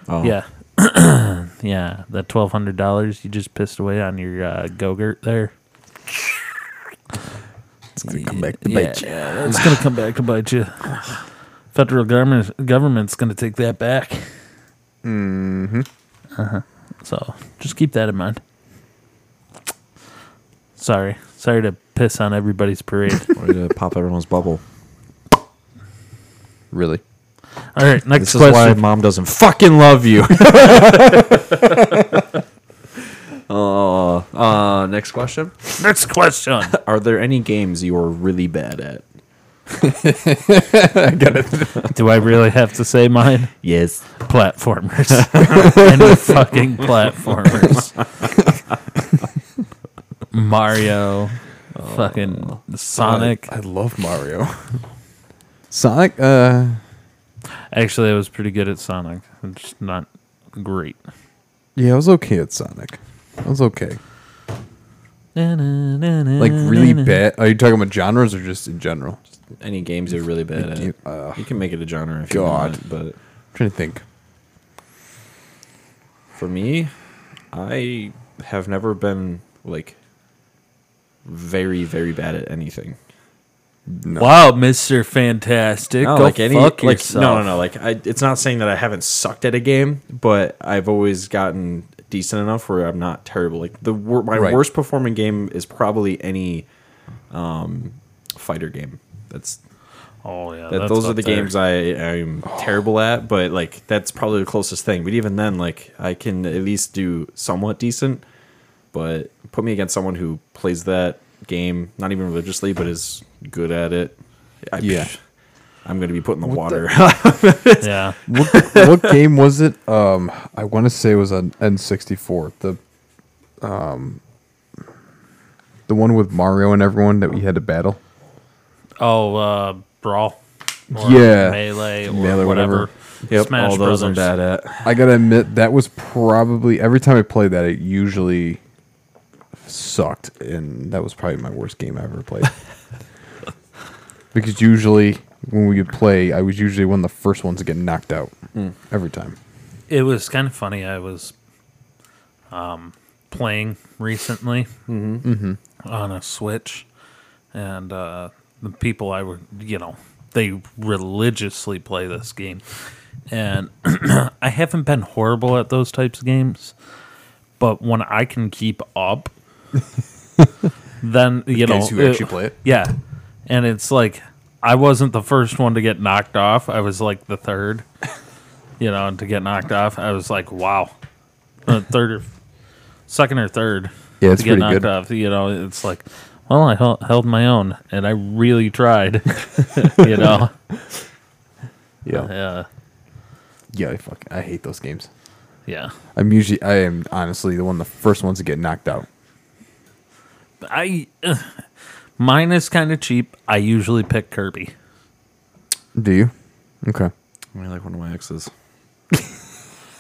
B: Oh.
A: Yeah. yeah, that twelve hundred dollars you just pissed away on your uh, go-gurt there.
D: It's gonna come back
A: Yeah, yeah, it's gonna come back to bite you. Federal government government's gonna take that back. Mm-hmm. Uh-huh.
B: Mm-hmm.
A: So just keep that in mind. Sorry, sorry to piss on everybody's parade.
B: Way to pop everyone's bubble.
D: Really.
A: All right, next
B: This is why
A: question.
B: mom doesn't fucking love you. Oh, uh, next question.
A: Next question.
B: Are there any games you are really bad at?
A: Do I really have to say mine?
B: Yes.
A: Platformers and fucking platformers. Mario,
B: Oh,
A: fucking Sonic.
D: I, I love Mario. Sonic, uh
A: Actually, I was pretty good at Sonic. I'm just not great.
D: yeah, I was okay at Sonic. I was okay. Like
A: Like
D: really bad. Are you talking about genres or just in general?
B: Any games you're really bad at?
D: do-
B: You,
D: uh,
B: can make it a genre if
D: God.
B: you want,
D: I'm trying to think.
B: but for me, I have never been like very, very bad at anything.
A: Wow, Mister Fantastic.
B: No,
A: Go
B: like any,
A: fuck
B: like
A: yourself.
B: no, no, no. Like I, it's not saying that I haven't sucked at a game, but I've always gotten decent enough where I'm not terrible. Like the wor- my
D: Right.
B: worst performing game is probably any um, fighter game. That's
A: Oh yeah,
B: that,
A: that's
B: those are
A: up
B: the
A: there.
B: games I I'm terrible at, but like that's probably the closest thing. But even then, like I can at least do somewhat decent. But put me against someone who plays that game, not even religiously, but is good at it. I,
D: Yeah.
B: I'm gonna be put in the water.
A: Yeah,
D: What, what game was it? Um I want to say it was on N64. The um the one with Mario and everyone that we had to battle.
A: Oh, uh, Brawl. Or
D: Yeah.
A: Melee or whatever.
D: Melee, whatever.
B: Yep,
A: Smash
B: all those
A: Brothers.
B: I'm bad at.
D: I gotta admit, that was probably every time I played that, it usually sucked, and that was probably my worst game I ever played. because usually when we would play, I was usually one of the first ones to get knocked out every time.
A: It was kind of funny. I was um, playing recently on a Switch, and uh, the people I were, you know, they religiously play this game. And I haven't been horrible at those types of games, but when I can keep up, then, you know.
D: guys who actually play it?
A: Yeah. And it's like, I wasn't the first one to get knocked off, I was like the third you know, to get knocked off. I was like, wow, Uh, third or second or third.
D: Yeah, it's
A: to get
D: pretty good.
A: off. You know, it's like, well, I hel- held my own, and I really tried. you know,
D: Yeah.
A: yeah,
D: Yeah, I fuck. I hate those games.
A: yeah.
D: I'm usually, I am honestly the one, of the first ones to get knocked out.
A: I ugh. mine is kind of cheap. I usually pick Kirby.
D: Do you? Okay.
B: I mean, like one of my exes.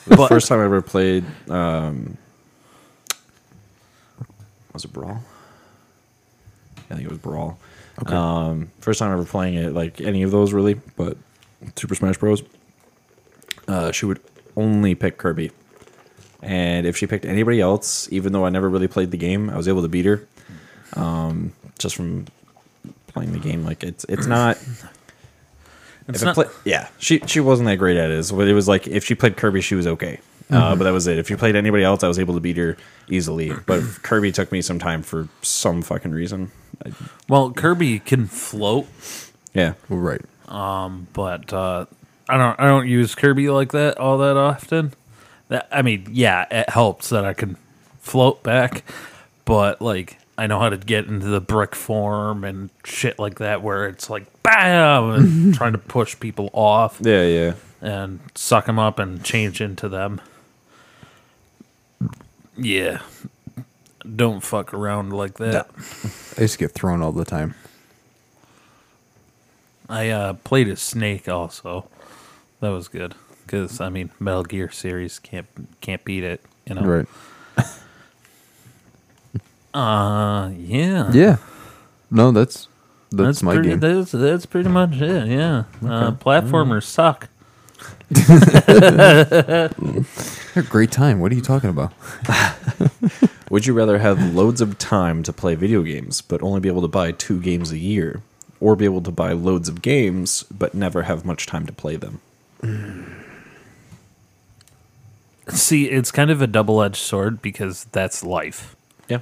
A: But
B: First time I ever played um, was it Brawl? I think it was Brawl. Um, first time ever playing it, like any of those really, but Super Smash Bros. Uh, she would only pick Kirby, and if she picked anybody else, even though I never really played the game, I was able to beat her um, just from playing the game. Like it's it's not
A: it's
B: if it
A: not,
B: play- yeah, she she wasn't that great at it. But it was like if she played Kirby, she was okay. Uh,
A: Mm-hmm.
B: but that was it. If you played anybody else, I was able to beat her easily. But Kirby took me some time for some fucking reason. I,
A: well, Kirby can float,
B: yeah,
D: Right.
A: but uh, I don't. I don't use Kirby like that all that often. That I mean, yeah, it helps that I can float back, but like I know how to get into the brick form and shit like that, where it's like bam and trying to push people off.
B: yeah, yeah.
A: and suck them up and change into them. Yeah. Don't fuck around like that.
D: I used to get thrown all the time.
A: I uh, played a snake also. That was good because I mean Metal Gear series can't can't beat it. You know.
D: Right.
A: Uh, yeah.
D: Yeah. No, that's that's,
A: That's,
D: my
A: pretty,
D: game.
A: That's, that's pretty much it. Yeah. Uh, platformers suck.
D: Had a great time. What are you talking about?
B: Would you rather have loads of time to play video games, but only be able to buy two games a year, or be able to buy loads of games but never have much time to play them?
A: See, it's kind of a double edged sword because that's life.
B: Yeah,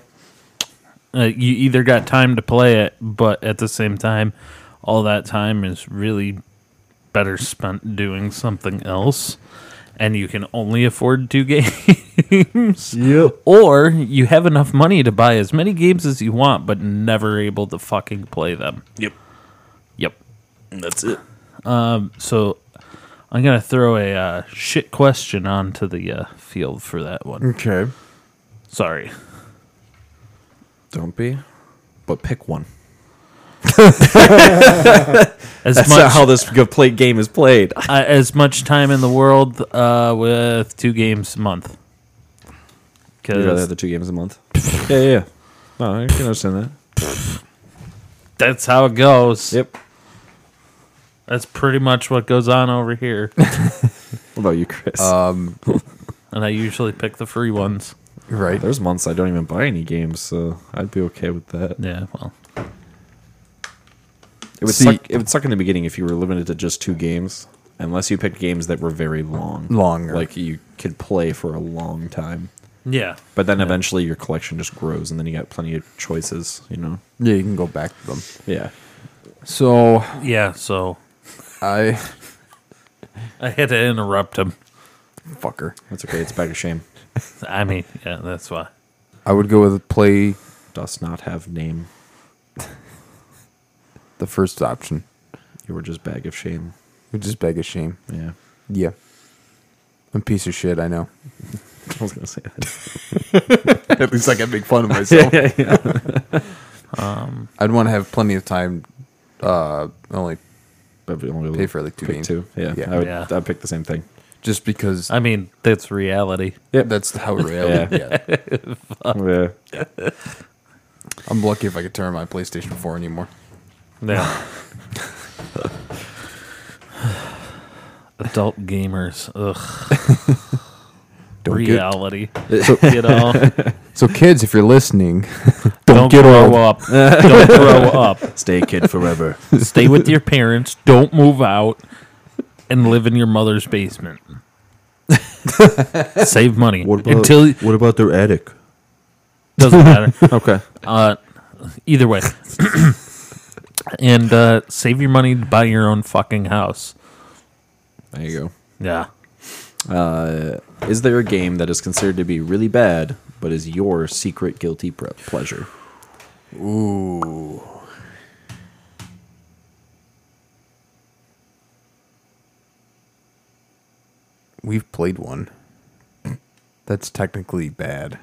A: uh, you either got time to play it, but at the same time, all that time is really better spent doing something else, and you can only afford two games.
D: Yep.
A: Or you have enough money to buy as many games as you want, but never able to fucking play them.
B: Yep.
A: Yep.
B: that's it.
A: So I'm gonna throw a uh, shit question onto the uh, field for that
B: Mm.
A: one.
D: Okay.
A: Sorry.
B: Don't be, but pick one.
A: As
B: That's not how this go- play game is played.
A: uh, as much time in the world uh, with two games a month.
B: You'd rather have
A: Because
B: the two games a month. yeah, yeah, yeah. No, I can understand that.
A: that's how it goes.
B: Yep.
A: That's pretty much what goes on over here.
B: What about you, Chris?
A: and I usually pick the free ones.
D: Right.
B: There's months I don't even buy any games, so I'd be okay with that.
A: Yeah, well,
B: It would
D: See-
B: suck. It would suck in the beginning if you were limited to just two games, unless you picked games that were very long,
D: Longer.
B: like you could play for a long time.
A: yeah.
B: But then eventually your collection just grows, and then you got plenty of choices. You know?
D: Yeah, you can go back to them.
B: Yeah.
D: So
A: Yeah, so
D: I
A: I had to interrupt him.
D: fucker.
B: That's okay. It's a bag of shame.
A: I mean, yeah, that's why.
D: I would go with play
B: Does not have name.
D: the first option,
B: You were just bag of shame.
D: which is beg of shame.
B: Yeah.
D: Yeah. I'm a piece of shit, I know.
B: I was gonna say that.
D: At least I can make fun of myself.
B: yeah, yeah.
D: I'd want to have plenty of time uh only
B: But we only
D: Pay for, like, two
B: pick
D: games.
B: Two. Yeah.
D: Yeah.
B: I would.
A: Yeah.
B: I'd pick the same thing.
D: just because
B: Uh,
A: I mean, that's reality.
D: that's how reality. Yeah.
B: Yeah.
D: I'm lucky if I could turn my PlayStation 4 anymore.
A: Yeah. Adult gamers, ugh,
D: Don't
A: reality. you know,
D: get So kids, if you're listening,
A: don't,
D: don't, get
A: grow
D: old.
A: up. don't grow up.
B: Stay kid forever.
A: stay with your parents, don't move out, and live in your mother's basement. Save money until it
C: what about their attic?
A: doesn't matter.
C: Okay.
A: Uh, either way, and uh, save your money to buy your own fucking house.
B: There you go.
A: Yeah,
B: Is there a game that is considered to be really bad, but is your secret guilty pre- pleasure?
F: Ooh.
D: We've played one. That's technically bad,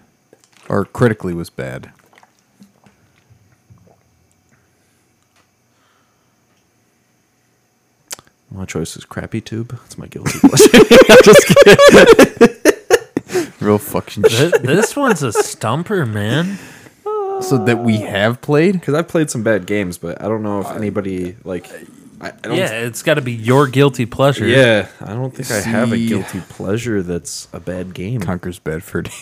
D: or critically was bad.
B: My choice is Crappy Tube. That's my guilty pleasure.
D: Real fucking
A: Th- this one's a stumper, man.
D: So that we have played.
B: Because I've played some bad games, but I don't know if anybody, like. I, I don't
A: Yeah, it's got to be your guilty pleasure.
B: Yeah, I don't think I have a
D: See-
B: guilty pleasure that's a bad game.
D: Conquers Bedford.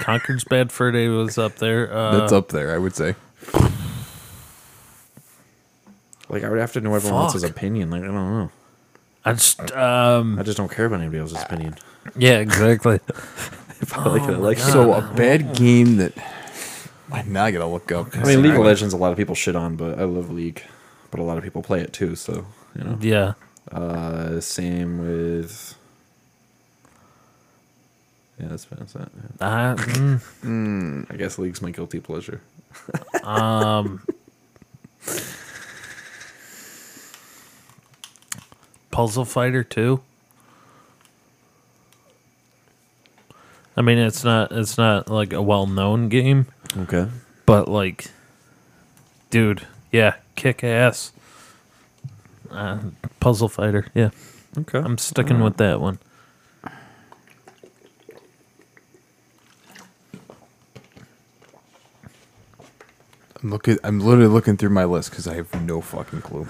A: Conquer's Bad Fur Day was up there. Uh,
D: That's up there, I would say.
B: Like I would have to know everyone else's
A: Fuck.
B: opinion. Like I don't know.
A: I just, um,
B: I just don't care about anybody else's opinion.
A: yeah, exactly.
B: If I like it, I like it.
D: So a bad game that. I now I gotta look up.
B: I mean, League of Legends, a lot of people shit on, but I love League. But a lot of people play it too, so you know.
A: yeah.
B: Uh, same with. Yeah, that's that's that. yeah.
A: I, mm,
B: I guess League's my guilty pleasure.
A: Puzzle Fighter 2. I mean, it's not it's not like a well-known game,
B: Okay.
A: but like dude, yeah, kick ass. Uh, puzzle Fighter. Yeah.
B: Okay.
A: I'm sticking with that one.
D: I'm looking. I'm literally looking through my list because I have no fucking clue.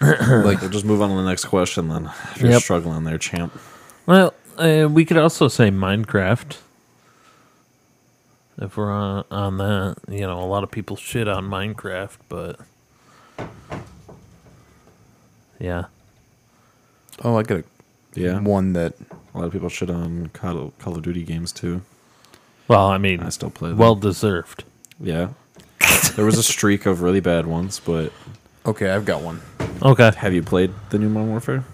B: like we'll just move on to the next question then. If you're
A: Yep.
B: struggling there, champ.
A: Well, uh, we could also say Minecraft. If we're on, on that, you know, a lot of people shit on Minecraft, but yeah,
D: Oh, I got a
B: Yeah.
D: one that
B: A lot of people shit on Call Call of Duty games too.
A: well, I mean,
B: I still play them.
A: well deserved.
B: Yeah. there was a streak of really bad ones, but
D: Okay, I've got one.
A: Okay,
B: have you played the new Modern Warfare?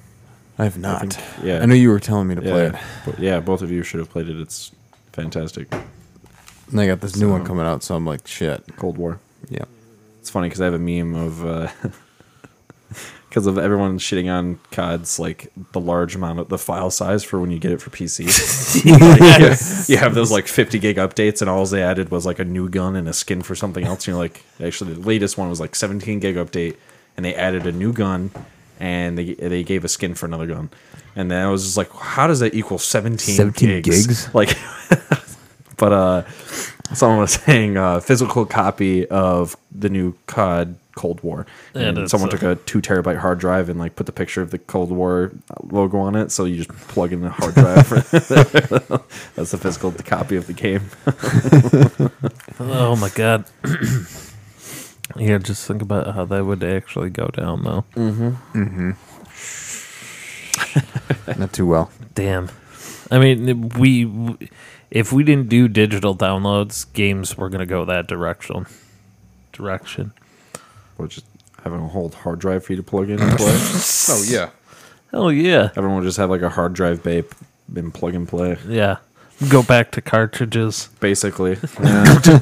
D: I have not.
B: yeah.
D: I know you were telling me to play it.
B: Yeah. But yeah, both of you should have played it. It's fantastic.
D: And I got this new one coming out, so I'm like, shit.
B: Cold War.
D: Yeah.
B: It's funny because I have a meme of uh because of everyone shitting on COD's like the large amount of the file size for when you get it for PC. Like, you- you have those like 50 gig updates, and all they added was like a new gun and a skin for something else. And you're like, actually, the latest one was like 17 gig update, and they added a new gun, and they they gave a skin for another gun. And then I was just like, how does that equal 17,
D: 17 gigs?
B: Like, but uh, someone was saying uh, physical copy of the new COD Cold War,
A: Yeah,
B: and
A: that's,
B: someone
A: uh,
B: took a two terabyte hard drive and like put the picture of the Cold War logo on it. So you just plug in the hard drive. That's the physical copy of the game.
A: oh my god, yeah, just think about how that would actually go down, though.
D: Not too well.
A: Damn, I mean, we if we didn't do digital downloads, games were gonna go that direction. Direction.
B: Or just having a whole hard drive for you to plug in and play.
D: Oh yeah.
A: Oh yeah.
B: Everyone would just have like a hard drive bay p- and plug and play.
A: Yeah. Go back to cartridges.
B: Basically. All I can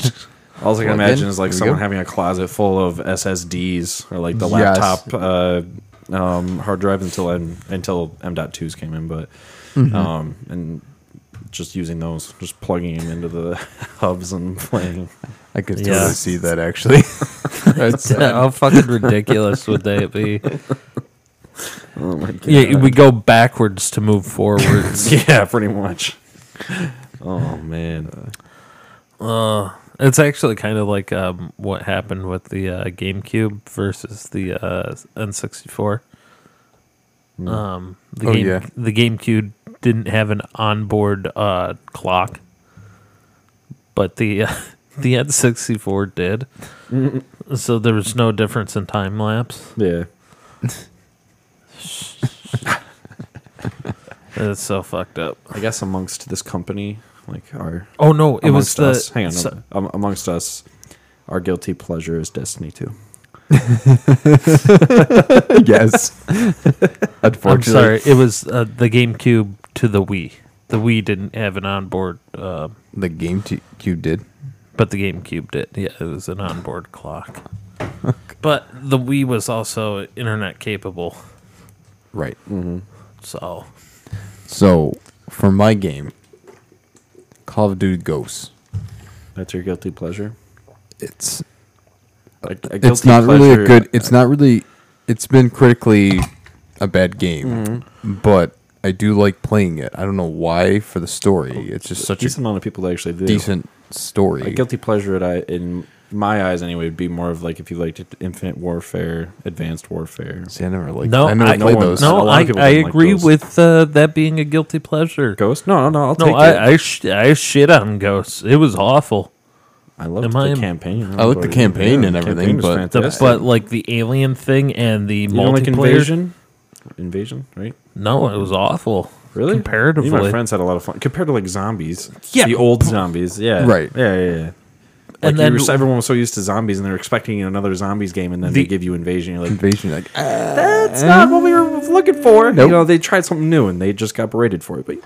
D: Plug in.
B: imagine is like
D: There we
B: someone
D: go.
B: having a closet full of SSDs or like the
D: Yes.
B: laptop uh, um, hard drive until M- until M.2s came in, but um, and just using those, just plugging them into the hubs and playing.
D: I could
A: Yeah.
D: totally see that actually. That's-
A: How fucking ridiculous would they be? Yeah, we go backwards to move forwards.
B: yeah, pretty much. Oh man,
A: it's actually kind of like um, what happened with the uh, GameCube versus the uh, N64. Um, the
D: Oh,
A: game,
D: yeah.
A: the GameCube didn't have an onboard uh, clock, but the uh, the N64 did. So there was no difference in time lapse.
B: yeah.
A: It's so fucked up.
B: I guess amongst this company, like our
A: Oh no, it was
B: amongst
A: the
B: us. Hang on,
A: so-
B: um, amongst us, our guilty pleasure is Destiny Two.
D: yes.
A: I'm
D: Unfortunately.
A: sorry, it was uh, the GameCube to the Wii. The Wii didn't have an onboard. Uh,
D: The game t- you did.
A: But the GameCube did. Yeah, it was an onboard clock. But the Wii was also internet capable.
C: Right.
A: So
C: So for my game, Call of Duty Ghosts.
B: That's your guilty pleasure.
C: It's
B: A, a guilty
C: it's not really
B: pleasure-
C: a good. It's not really. It's been critically a bad game,
B: Mm-hmm.
C: but I do like playing it. I don't know why for the story. It's just such a
B: decent amount of people that actually do.
C: decent
B: A
C: story.
B: guilty pleasure, at I in my eyes anyway, would be more of like if you liked it, Infinite Warfare, Advanced Warfare.
C: See, I never liked.
A: no,
C: I never
A: I,
C: played
B: no one-
C: those.
B: A
A: No,
B: lot of
A: I,
B: people
A: I
B: didn't like
A: agree
B: those.
A: with uh, that being a guilty pleasure.
B: Ghost? No, no, no. I'll
A: No,
B: take it.
A: I I, sh- I shit on ghosts. It was awful.
B: I loved
A: Am I-
B: the campaign.
C: I liked the campaign and
B: the
C: everything,
B: campaign was
C: but-
A: The,
B: fantastic.
A: But like the alien thing and the
B: you don't like
A: multiplayer.
B: invasion, invasion, right?
A: no, it was awful.
B: Really?
A: Comparatively.
B: Me and my friends had a lot of fun compared to like zombies.
A: Yeah.
B: the old zombies. Yeah,
C: Right.
B: Yeah, yeah, yeah. Like
A: And
B: you
A: then-
B: were- everyone was so used to zombies, and they're expecting another zombies game, and then they
A: The-
B: give you invasion. You're like,
C: Invasion, like ah,
B: that's not what we were looking for.
C: Nope.
B: You know, they tried something new, and they just got berated for it. But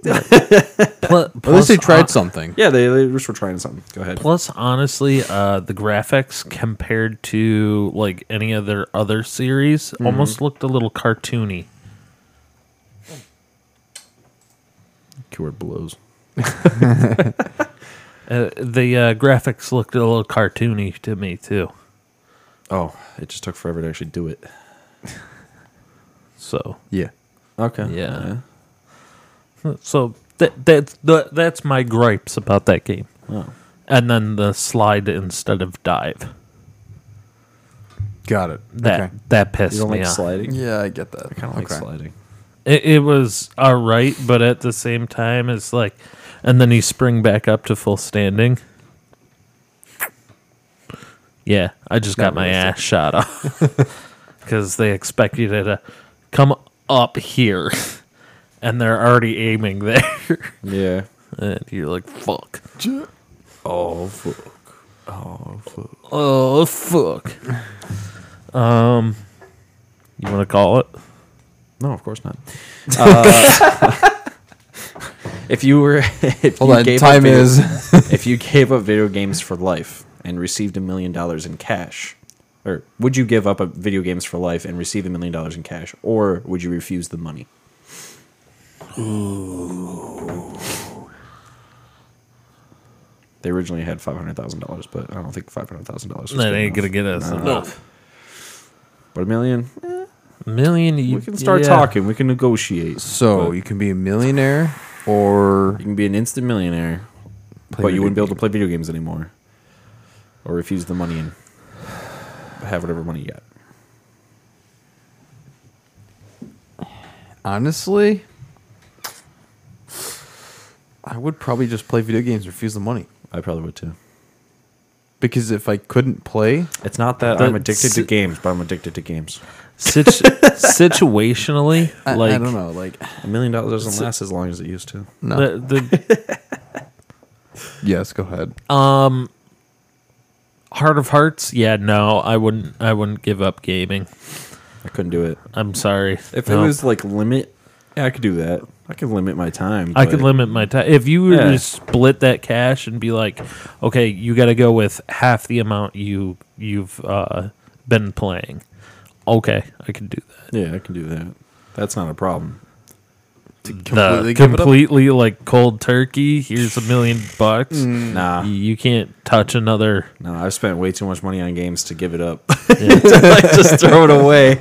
A: Pl-
C: at least
A: plus
C: they tried
A: on-
C: something.
B: yeah, they, they just were trying something. Go ahead.
A: Plus, honestly, uh, the graphics compared to like any of their other series
B: Mm-hmm.
A: almost looked a little cartoony.
B: Keyword blows.
A: Uh, the uh, graphics looked a little cartoony to me too.
B: Oh, it just took forever to actually do it.
A: So
C: Yeah.
B: Okay.
A: yeah. So that that's that, that's my gripes about that game.
B: Oh.
A: And then the slide instead of dive.
C: Got it.
A: That
C: okay.
A: that pissed
B: You don't
A: me
B: like
A: off.
B: sliding?
C: Yeah, I get that. I
B: I don't like sliding.
A: It, it was all right, but at the same time, it's like, and then you spring back up to full standing. Yeah, I just got my ass shot off because they expect you to, to come up here, and they're already aiming there,
B: Yeah.
A: and you're like, "Fuck,
B: Oh, fuck.
A: oh fuck." Um, you want to call it?
B: No, of course not. Uh, if you were, if
C: Hold
B: you
C: on.
B: gave up
C: Time
B: video-
C: is.
B: if you gave up video games for life and received a million dollars in cash, or would you give up a video games for life and receive a million dollars in cash, or would you refuse the money? They originally had five hundred thousand dollars, but I don't think five hundred thousand dollars.
A: That ain't gonna get us
B: No. But a million, eh,
A: a million. You,
B: we can start
A: yeah.
B: talking. We can negotiate.
C: So you can be a millionaire or
B: You can be an instant millionaire,
C: Play
B: but you
C: video
B: wouldn't be able to play video games anymore, or refuse the money and have whatever money you got.
C: honestly, I would probably just play video games, refuse the money.
B: I probably would too.
C: Because if I couldn't play,
B: It's not that I'm
A: The-
B: addicted to
A: s-
B: games, but I'm addicted to games.
A: Situ- situationally,
C: I,
A: like
C: I don't know, like
B: A million dollars doesn't last as long as it used to.
C: no.
A: The,
C: yes, go ahead.
A: the um heart of hearts, yeah, no, I wouldn't. I wouldn't give up gaming.
B: I couldn't do it.
A: I'm sorry.
B: If
A: No.
B: it was like limit, yeah, I could do that. I could limit my time.
A: I could
B: but
A: limit my time. If you were
B: Yeah.
A: to split that cash and be like, okay, you got to go with half the amount you you've uh, been playing. Okay, I can do that.
B: Yeah, I can do that. That's not a problem.
A: Completely, the,
C: give it up?
A: completely like cold turkey. Here's a million bucks.
B: Nah,
A: You- You can't touch another.
B: no, I've spent way too much money on games to give it up.
A: Yeah.
B: like just throw it away.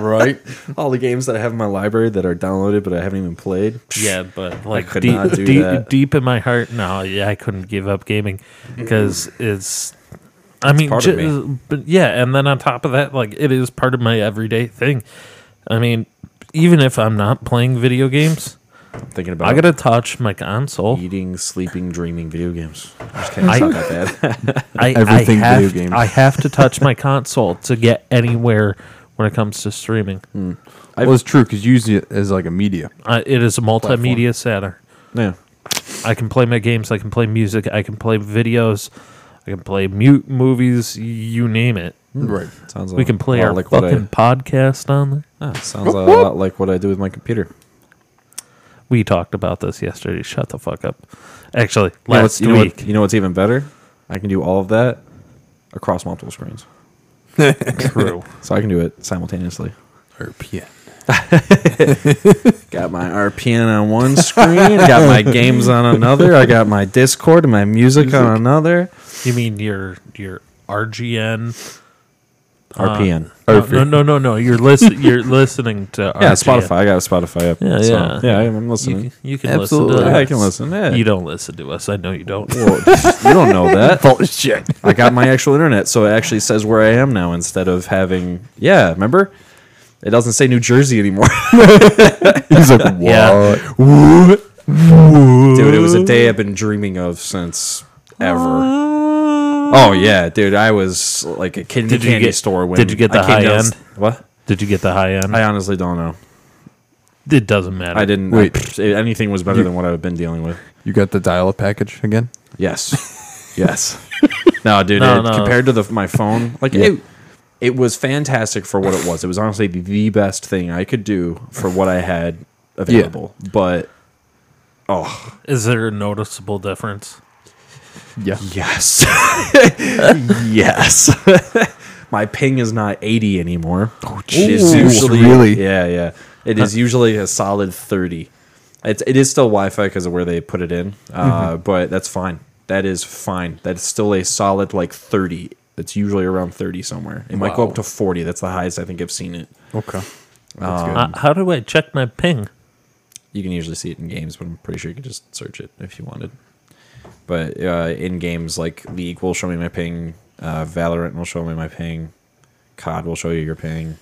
C: right?
B: All the games that I have in my library that are downloaded but I haven't even played.
A: Yeah, but like
B: could
A: deep,
B: not do
A: deep,
B: that.
A: deep in my heart, no, yeah, I couldn't give up gaming because it's. I mean,
B: part of
A: ju- but yeah, and then on top of that, like it is part of my everyday thing. I mean, even if I'm not playing video games,
B: I'm thinking about
A: I gotta touch my console.
B: eating, sleeping, dreaming video games. I just
A: I-
B: can't talk about that.
A: I,
C: Everything
A: I have,
C: video games.
A: I have to touch my console to get anywhere when it comes to streaming.
B: Mm.
C: well, it's true because you use it as like a media.
A: Uh, it is a multimedia center.
B: yeah.
A: I can play my games. I can play music. I can play videos. I can play mute movies. You name it.
C: Right.
B: Sounds
A: We
B: a
A: can play
B: lot
A: our
B: like what I-
A: fucking podcast on there.
B: Ah, sounds a lot like what I do with my computer.
A: We talked about this yesterday. Shut the fuck up. Actually,
B: You know,
A: last
B: what's, you, know what-
A: week.
B: you know what's even better? I can do all of that across multiple screens.
A: True.
B: So I can do it simultaneously.
C: RPM.
B: Got my RPN on one screen, I got my games on another, I got my Discord and my music, on another.
A: you mean your your RGN? Uh,
B: RPN.
A: No, no, no, no, no. You're listen. You're listening to
B: Oh, Yeah,
A: RGN.
B: Spotify. I got a Spotify up.
A: Yeah,
B: so-
A: yeah.
B: yeah, I'm
A: You,
B: listening.
A: can- you can
C: Absolutely.
A: listen to
B: yeah,
A: us.
B: I can listen. Yeah.
A: You don't listen to us. I know you don't.
B: Well, you don't know that.
C: Bullshit.
B: I got my actual internet, so it actually says where I am now instead of having. Yeah, remember? It doesn't say New Jersey anymore.
C: He's like, what?
A: Yeah.
B: dude, it was a day I've been dreaming of since ever. Oh yeah, dude, I was like a kid in the
A: Did you
B: candy
A: get-
B: store when
A: did you get
B: I
A: the
B: came
A: high
B: down-
A: end?
B: What?
A: Did you get the high end?
B: I honestly don't know.
A: it doesn't matter.
B: I didn't.
C: Wait.
B: I- pff, anything was better than what I've been dealing with.
C: You got the dial-up package again?
B: Yes. yes. No, dude.
A: No,
B: it-
A: no.
B: Compared to the my phone, like it, it was fantastic for what it was. It was honestly the, the best thing I could do for what I had available. But
A: Is there a noticeable difference?
C: Yeah.
B: yes, yes. my ping is not eighty anymore. Oh,
C: Jesus. Really?
B: Yeah, yeah. It is usually a solid thirty. It's it is still Wi-Fi because of where they put it in, uh, but that's fine. That is fine. That's still a solid like thirty. It's usually around thirty somewhere. It might go
C: Wow.
B: up to forty. That's the highest I think I've seen it.
C: Okay.
A: Uh, how do I check my ping?
B: You can usually see it in games, but I'm pretty sure you could just search it if you wanted. But uh, in games like League will show me my ping, uh, Valorant will show me my ping, COD will show you your ping.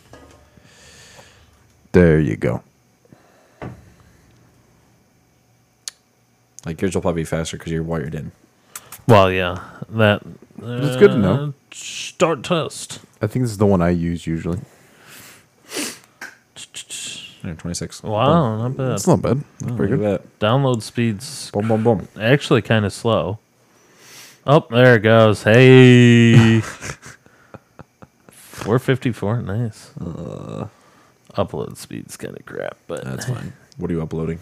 C: There you go.
B: Like yours will probably be faster because you're wired in.
A: Well, yeah, that. Uh,
C: That's good to know.
A: Start test.
C: I think this is the one I use usually.
B: Yeah, 26.
A: Wow, not bad.
C: That's not bad. That's
B: Oh,
C: pretty
B: look
C: good.
B: at that.
A: Download speeds
B: Boom, boom, boom.
A: actually kind of slow. Oh, there it goes. Hey. 454. Nice.
C: Uh.
A: Upload speed's kind of crap, but
B: That's fine. What are you uploading?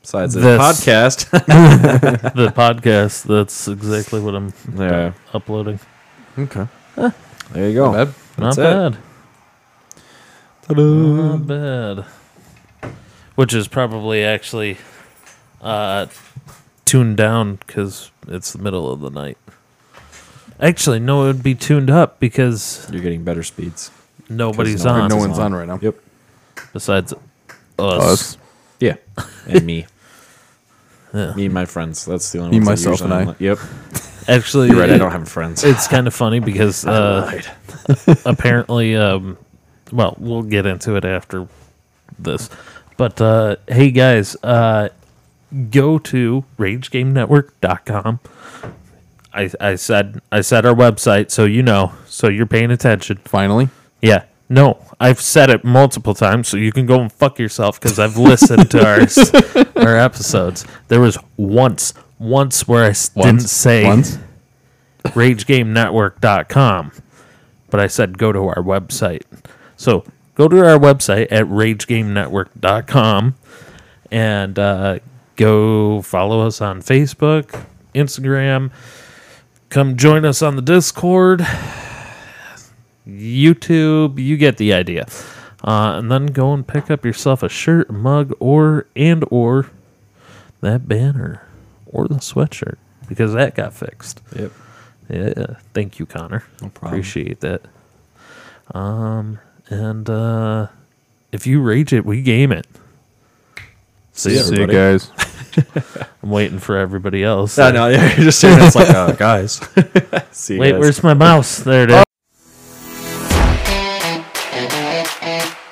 B: Besides the
A: This.
B: podcast.
A: the podcast, that's exactly what I'm
B: yeah.
A: uploading.
C: Okay.
B: There you go.
C: Bad.
A: Not
B: That's
A: bad.
B: Ta-da.
A: Not bad. Which is probably actually uh, tuned down because it's the middle of the night. Actually, no, it would be tuned up because
B: You're getting better speeds.
A: nobody's
B: no one-
A: on
C: no
B: is
C: one's
B: on.
C: on right now.
B: Yep.
A: besides us.
C: Us.
B: Yeah. And me.
A: Yeah.
B: Me and my friends. That's the only
C: Me,
B: ones that
C: myself,
B: usually
C: and I.
B: unlo- Yep.
A: Actually,
B: You're right. I
A: it-
B: don't have friends.
A: it's kind of funny because uh, apparently, um, well, we'll get into it after this. But uh, hey, guys, uh, go to RageGameNetwork.com. I, I said I said our website, so you know, so you're paying attention.
C: Finally.
A: Yeah. No, I've said it multiple times, so you can go and fuck yourself because I've listened to our, s- our episodes. There was once, once where I s- didn't say
C: Once.
A: ragegamenetwork.com, but I said go to our website. So go to our website at ragegamenetwork.com and uh, go follow us on Facebook, Instagram. Come join us on the Discord. YouTube. You get the idea. Uh, and then go and pick up yourself a shirt, a mug, or and or that banner or the sweatshirt because that got fixed.
B: Yep.
A: Yeah, thank you, Connor.
B: No problem.
A: Appreciate that. Um, and uh, if you rage it, we game it. See, ya.
C: See you guys.
A: I'm waiting for everybody else.
B: No, no, yeah, you're just saying that's like, uh, guys. See you Oh,
A: Wait,
B: guys.
A: where's my mouse? There it is.